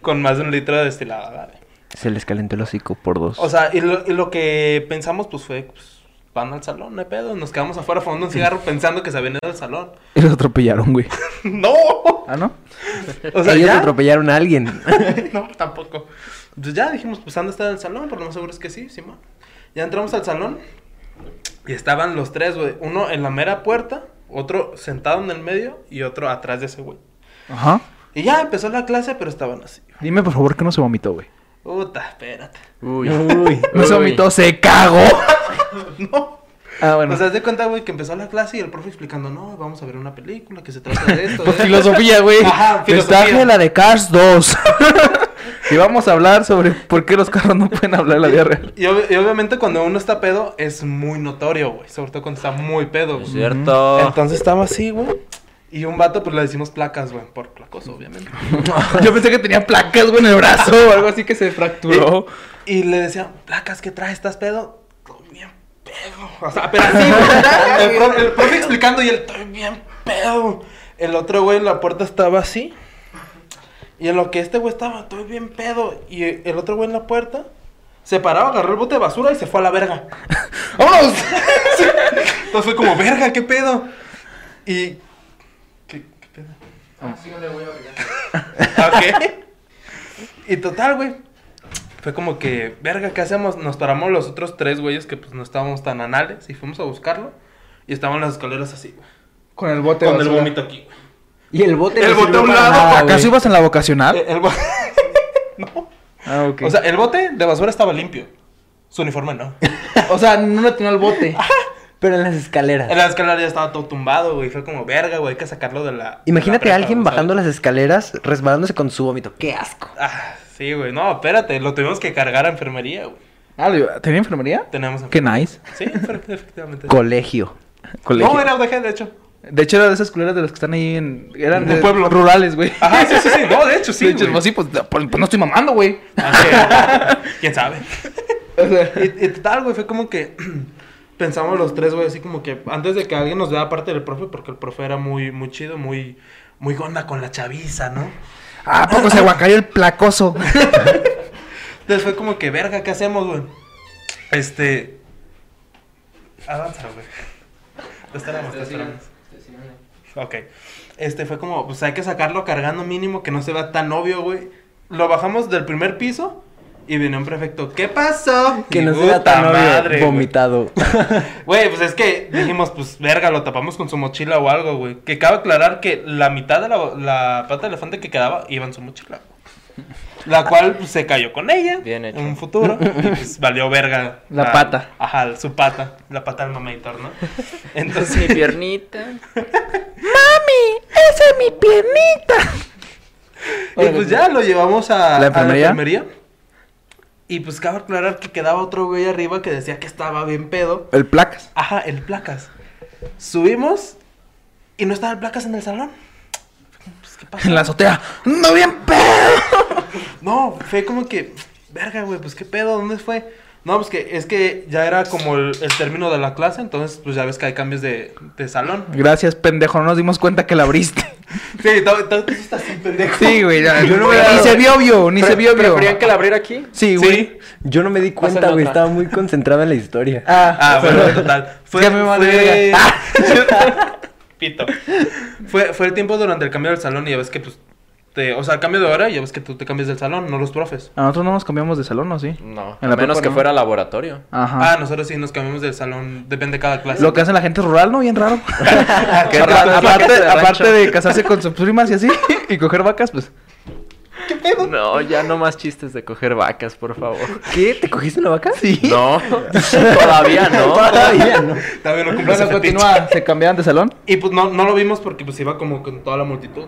Con más de un litro de destilada, güey. Se les calentó el hocico por dos. O sea, y lo, y lo que pensamos, pues, fue, pues, van al salón, no hay pedo. Nos quedamos afuera fumando un cigarro pensando que se habían ido al salón. Y los atropellaron, güey. ¡No! ¿Ah, no? O sea, Ellos ya... atropellaron a alguien. no, tampoco. Pues ya dijimos, pues anda está en el salón, pero lo más seguro es que sí, Simón. Ya entramos al salón y estaban los tres, güey. Uno en la mera puerta, otro sentado en el medio y otro atrás de ese güey. Ajá. Y ya empezó la clase, pero estaban así. Dime, por favor, que no se vomitó, güey. Puta, espérate. Uy. No se Uy. vomitó, se cagó. No. Ah, bueno. O sea, haz de cuenta, güey, que empezó la clase y el profe explicando, no, vamos a ver una película que se trata de esto. de Pues esto". filosofía, güey. Ajá, Está filosofía. la de Cars 2. y vamos a hablar sobre por qué los carros no pueden hablar en la vida real. Y, ob- y obviamente cuando uno está pedo es muy notorio, güey. Sobre todo cuando está muy pedo, Es güey. cierto. Entonces estaba así, güey. Y un vato, pues le decimos placas, güey, por placoso, obviamente. Yo pensé que tenía placas, güey, en el brazo o algo así que se fracturó. Y le decían, placas, ¿qué traes? ¿Estás pedo? Estoy bien pedo. O sea, pero así, güey. El, pro- el profe explicando y él, estoy bien pedo. El otro güey en la puerta estaba así. Y en lo que este güey estaba, estoy bien pedo. Y el otro güey en la puerta se paraba, agarró el bote de basura y se fue a la verga. ¡Vámonos! Sí. Entonces fue como, verga, ¿qué pedo? Y. ¿Qué, qué pedo? Ah, Así Ah, no le voy a obligar. Ok. Y total, güey. Fue como que, verga, ¿qué hacemos? Nos paramos los otros tres güeyes que pues no estábamos tan anales y fuimos a buscarlo. Y estaban las escaleras así, güey. Con el bote. Ah, Con el vómito aquí, güey. y el bote El no bote sirvió a un para lado, nada, güey. ¿Acaso ibas en la ¿Ah? vocacional? Eh, El- el bo- no. ah, ok. O sea, el bote de basura estaba limpio. Su uniforme no. no le tenía el bote. Pero en las escaleras. En la escalera ya estaba todo tumbado, güey. Fue como, verga, güey, hay que sacarlo de la. Imagínate a alguien bajando la. las escaleras, resbalándose con su vómito. ¡Qué asco! prepa, güey, ¿sabes? Ah, sí, güey. No, espérate, lo tuvimos que cargar a enfermería, güey. Ah, le- ¿Tenía enfermería? Tenemos Qué enfermería. nice. Sí, efe- efectivamente. Colegio. No, era UDG, de hecho. De hecho, era de esas culeras de las que están ahí en. Eran En un de pueblo. rurales, güey. Ajá, sí, sí, sí. No, de hecho, sí. de hecho, güey. pues, sí, pues, pues, pues no estoy mamando, güey. Ah, sí. ¿Quién sabe? O sea, Y, y total, güey, fue como que pensamos los tres, güey, así como que antes de que alguien nos dé parte del profe, porque el profe era muy, muy chido, muy, muy gonda con la chaviza, ¿no? ah, ¿a poco se guacayó el placoso. Entonces fue como que, verga, ¿qué hacemos, güey? Este. Avanza, güey. Te esperamos, te esperamos. Ok. Este fue como, pues hay que sacarlo cargando mínimo, que no se vea tan obvio, güey. Lo bajamos del primer piso y vino un prefecto. ¿Qué pasó? Que Y no sea puta tan obvio, madre, güey. vomitado. Güey, pues es que dijimos, pues verga, lo tapamos con su mochila o algo, güey. Que cabe aclarar que la mitad de la, la pata de elefante que quedaba iba en su mochila. güey. La cual pues, se cayó con ella. Bien hecho. En un futuro. Y pues valió verga. La pata. Ajá, su pata. La pata del mamaitor, ¿no? Entonces. Mi piernita. ¡Esa es mi piernita! Y pues ya lo llevamos a a ¿La enfermería? Y pues cabe aclarar que quedaba otro güey arriba que decía que estaba bien pedo. El placas. Ajá, el placas. Subimos y no estaba el placas en el salón. Pues, ¿qué pasa? En la azotea. ¡No bien pedo! No, fue como que, verga, güey, pues qué pedo, ¿dónde fue? No, pues que es que ya era como el, el término de la clase, entonces pues ya ves que hay cambios de, de salón. Gracias, pendejo. No nos dimos cuenta que la abriste. Sí, todo, todo eso está así, pendejo. Sí, güey. ya. Yo no me ni daba- se vio obvio, ni se vio obvio. ¿Preferían que la abriera aquí? Sí, güey. Yo no me di cuenta, Pásenme güey. otra. Estaba muy concentrada en la historia. Ah, Ah, bueno, total. Fue, que me vale fue- verga. Pito. Fue, fue el tiempo durante el cambio del salón y ya ves que pues, te, o sea, el cambio de hora y ya ves que tú te cambias del salón, no los profes. A nosotros no nos cambiamos de salón, ¿o sí? No. En A la menos prepa, que no. fuera laboratorio. Ajá. Ah, nosotros sí nos cambiamos del salón, Ah, depende de cada clase. Lo que hace la gente rural, ¿no? Bien raro. Qué Aparte- raro, aparte, de rancho. aparte de casarse con sus primas y así, y coger vacas, pues. No, ya no más chistes de coger vacas, por favor. ¿Qué? ¿Te cogiste una vaca? Sí. No, todavía no. Todavía no. Todavía no cumple Bueno, ese fetiche. continúa. ¿Se cambiaron de salón? Y pues no, no lo vimos porque pues iba como con toda la multitud.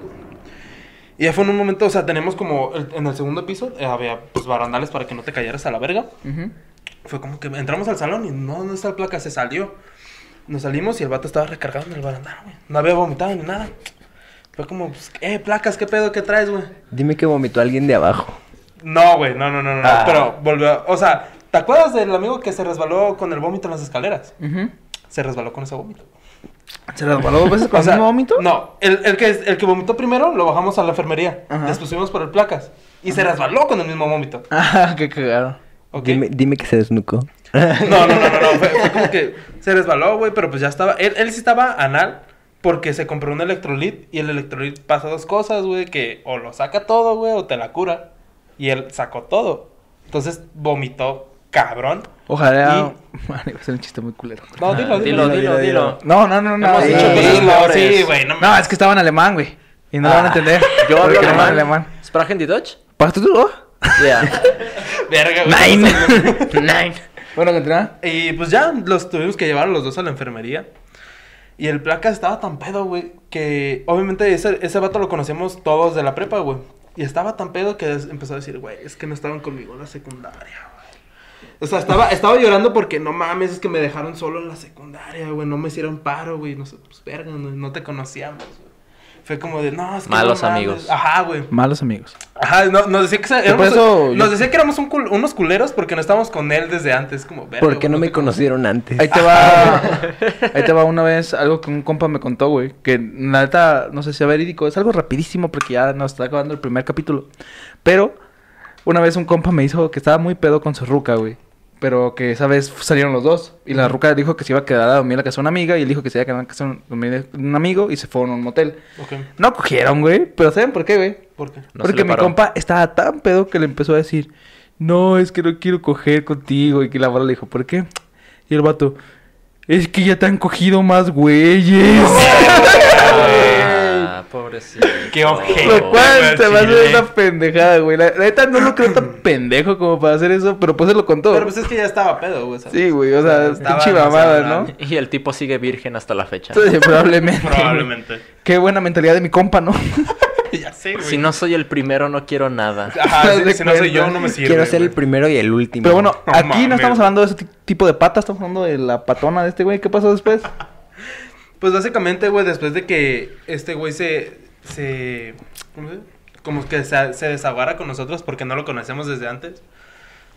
Y ya fue en un momento, o sea, tenemos como el- en el segundo piso, eh, había pues barandales para que no te cayeras a la verga. Fue como que entramos al salón y no, no está la placa, se salió. Nos salimos y el vato estaba recargado en el barandal, güey. No había vomitado ni nada. Fue como, pues, eh, placas, ¿qué pedo que traes, güey? Dime que vomitó alguien de abajo. No, güey, no, no, no, no. Ah. Pero volvió, o sea, ¿te acuerdas del amigo que se resbaló con el vómito en las escaleras? Se resbaló con ese vómito. ¿Se resbaló dos veces O con sea, un vómito? No, el, el que, el que vomitó primero lo bajamos a la enfermería. Ajá. Les pusimos por el placas. Y se resbaló con el mismo vómito. Ah, qué cagaron. ¿Ok? Dime, dime que se desnucó. No, no, no, no, no, Fue, fue como que se resbaló, güey, pero pues ya estaba. Él, él sí estaba anal porque se compró un electrolit y el electrolit pasa dos cosas, güey, que o lo saca todo, güey, o te la cura. Y él sacó todo. Entonces vomitó, cabrón. Ojalá. Man, iba a ser un chiste muy culero. No, dilo, dilo. Dilo, dilo, dilo. No, no, no, no. Hemos Sí, hecho cosas sí, peores. sí, güey, no, No, es que estaba en alemán, güey. Y no lo van a entender. Yo hablo porque no alemán. hablan alemán. ¿Sprachen die Deutsch? ¿Para tú? oh? Yeah. verga, güey. Nine. Nine. Bueno, continúa. Y pues ya los tuvimos que llevar a los dos a la enfermería. Y el placa estaba tan pedo, güey, que obviamente ese, ese vato lo conocemos todos de la prepa, güey. Y estaba tan pedo que des- empezó a decir, güey, es que no estaban conmigo en la secundaria, güey. O sea, estaba, estaba llorando porque no mames, es que me dejaron solo en la secundaria, güey, no me hicieron paro, güey, no sé, pues verga, no, no te conocíamos, güey. Fue como de, no, es que no Malos mames". amigos. Ajá, güey. Malos amigos. Ajá, no- nos decía que, se- por éramos, eso yo- nos decía que éramos un cul- unos culeros porque no estábamos con él desde antes, como, verga. ¿Por qué güey, no me te conozco". conocieron antes? Ahí te va. Ahí te va una vez algo que un compa me contó, güey. Que la neta, no sé si es verídico. Es algo rapidísimo porque ya nos está acabando el primer capítulo. Pero una vez un compa me hizo que estaba muy pedo con su ruca, güey. Pero que esa vez salieron los dos. Y la ruca dijo que se iba a quedar a dormir en la casa de una amiga. Y él dijo que se iba a quedar en la casa de un- dormir de un amigo. Y se fueron a un motel. Ok. No cogieron, güey. Pero ¿saben por qué, güey? ¿Por qué? No se Porque le mi paró. compa estaba tan pedo que le empezó a decir, no, es que no quiero coger contigo. Y que la bola le dijo, ¿por qué? Y el vato, es que ya te han cogido más güeyes. Ah, pobrecito. Qué ojete. Lo cual güey, se me hace chile. una pendejada, güey. La la neta no lo creo tan pendejo como para hacer eso, pero pues se lo contó. Pero pues es que ya estaba pedo, güey. o sea, Sí, güey, o sea, Estaba pinche demasiado mamada, ¿no? grande. Y el tipo sigue virgen hasta la fecha. Entonces, probablemente. Probablemente. Qué buena mentalidad de mi compa, ¿no? ya sé, güey. Si no soy el primero, no quiero nada. Ajá, si, de si no soy cuenta. yo, no me sirve. Quiero ser el güey. primero y el último. Pero bueno, No aquí no mames. estamos hablando de ese ti- tipo de pata, estamos hablando de la patona de este güey. ¿Qué pasó después? Pues básicamente, güey, después de que este güey se. se ¿Cómo se dice? Como que se, se desahogara con nosotros porque no lo conocemos desde antes.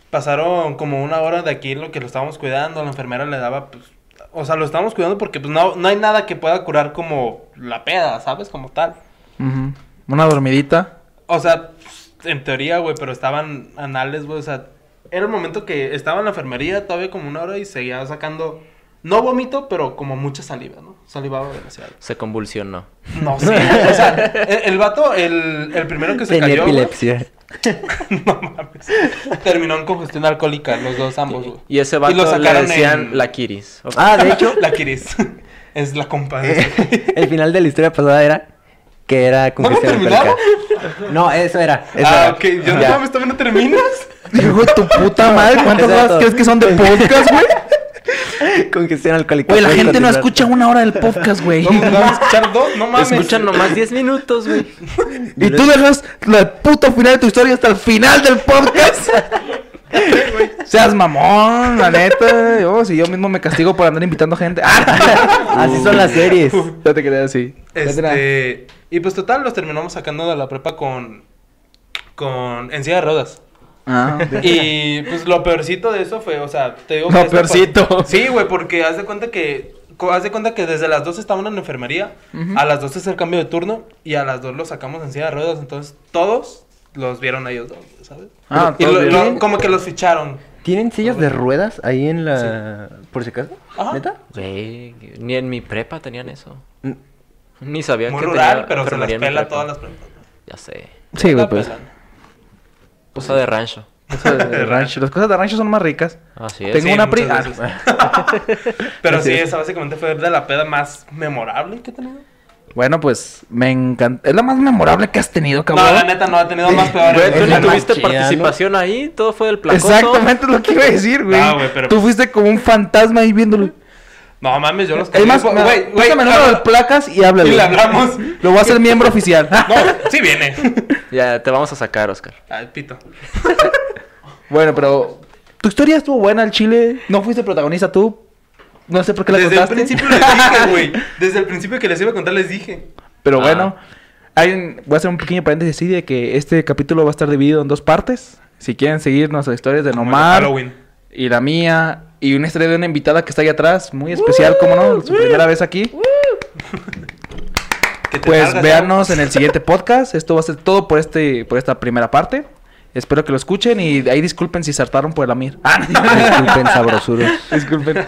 Pasaron como una hora de aquí en lo que lo estábamos cuidando. La enfermera le daba, pues. O sea, lo estábamos cuidando porque pues no, no hay nada que pueda curar como la peda, ¿sabes? Como tal. Ujú. Una dormidita. O sea, en teoría, güey, pero estaban anales, güey. O sea, era el momento que estaba en la enfermería todavía como una hora y seguía sacando, no vómito, pero como mucha saliva, ¿no? Salivaba demasiado. Se convulsionó. No sé. o sea, el, el vato, el, el primero que se Tenía cayó, güey, epilepsia. no mames, terminó en congestión alcohólica, los dos, ambos, güey. Y ese vato lo le sacaron decían en- la Kiris. Ok. Ah, de hecho, La Kiris. es la compa. de este. el final de la historia pasada era que era ¿No me congestión terminaron? alcohólica. No, eso era. eso ah, era. ok. Yo no Ya. mames, todavía no terminas. Hijo de tu puta madre, ¿cuántas Exacto. horas crees que son de podcast, güey? Congestión alcohólica. Güey, la Puedes gente no continuar. escucha una hora del podcast, güey. No, no, a escuchar dos, no mames. Escuchan nomás 10 minutos, güey. Y tú dejas la puta final de tu historia hasta el final del podcast. Seas mamón, la neta. Yo, si yo mismo me castigo por andar invitando gente. ¡Ah! Así son las series. Ya te quedé así. Este, y pues total, los terminamos sacando de la prepa con. con. en silla de ruedas. Ah, ok. Y pues lo peorcito de eso fue, o sea, te digo. que Lo esta peorcito. pa- Sí, güey, porque haz de cuenta que. co- Haz de cuenta que desde las 2 estaban en la enfermería, a las 2 es el cambio de turno y a las 2 los sacamos en silla de ruedas. Entonces todos los vieron a ellos dos, ¿sabes? Ah, y lo- todos lo- bien. como que los ficharon. ¿Tienen sillas de ruedas ahí en la. por si acaso? Ajá. ¿Neta? Güey, ni en mi prepa tenían eso. Mm. Ni sabía Muy que rural, tenía pero se las enfermería en mi pela prepa. todas las prepas. Ya sé. Sí, güey, La pues. pelan. Cosa de rancho. Eso de rancho. Las cosas de rancho son más ricas. Así es. Tengo Sí, una Ah, muchas prima. veces. Pero sí, esa básicamente fue de la peda más memorable que he tenido. Bueno, pues me encanta. Es la más memorable que has tenido, cabrón. No, la neta no ha tenido más Güey, tú peores. Es la ni más tuviste chida, ¿no? participación ahí, todo fue del placoso. Exactamente es lo que iba a decir, güey. Ah, güey, pero- Tú fuiste como un fantasma ahí viéndolo. No mames, yo los Es más, güey, güey, güey, búscame el número de habla- placas y háblale. Y le hablamos. Lo voy a hacer miembro oficial. No, sí viene. Ya, te vamos a sacar, Oscar. Ay, pito. bueno, pero tu historia estuvo buena al chile. No fuiste protagonista tú. No sé por qué la Desde el contaste. principio les dije, güey. Desde el principio que les iba a contar les dije. Pero Ah. bueno, Hay un- voy a hacer un pequeño paréntesis así de que este capítulo va a estar dividido en dos partes. Si quieren seguir nuestras historias de Como en Nomar Halloween. y la mía y una historia de una invitada que está ahí atrás, muy especial, como no, su primera vez aquí. Que te Pues salgas, véanos en el siguiente podcast. Esto va a ser todo por este por esta primera parte. Espero que lo escuchen y ahí disculpen si saltaron por el Amir. Ah, Disculpen, sabrosuros. disculpen.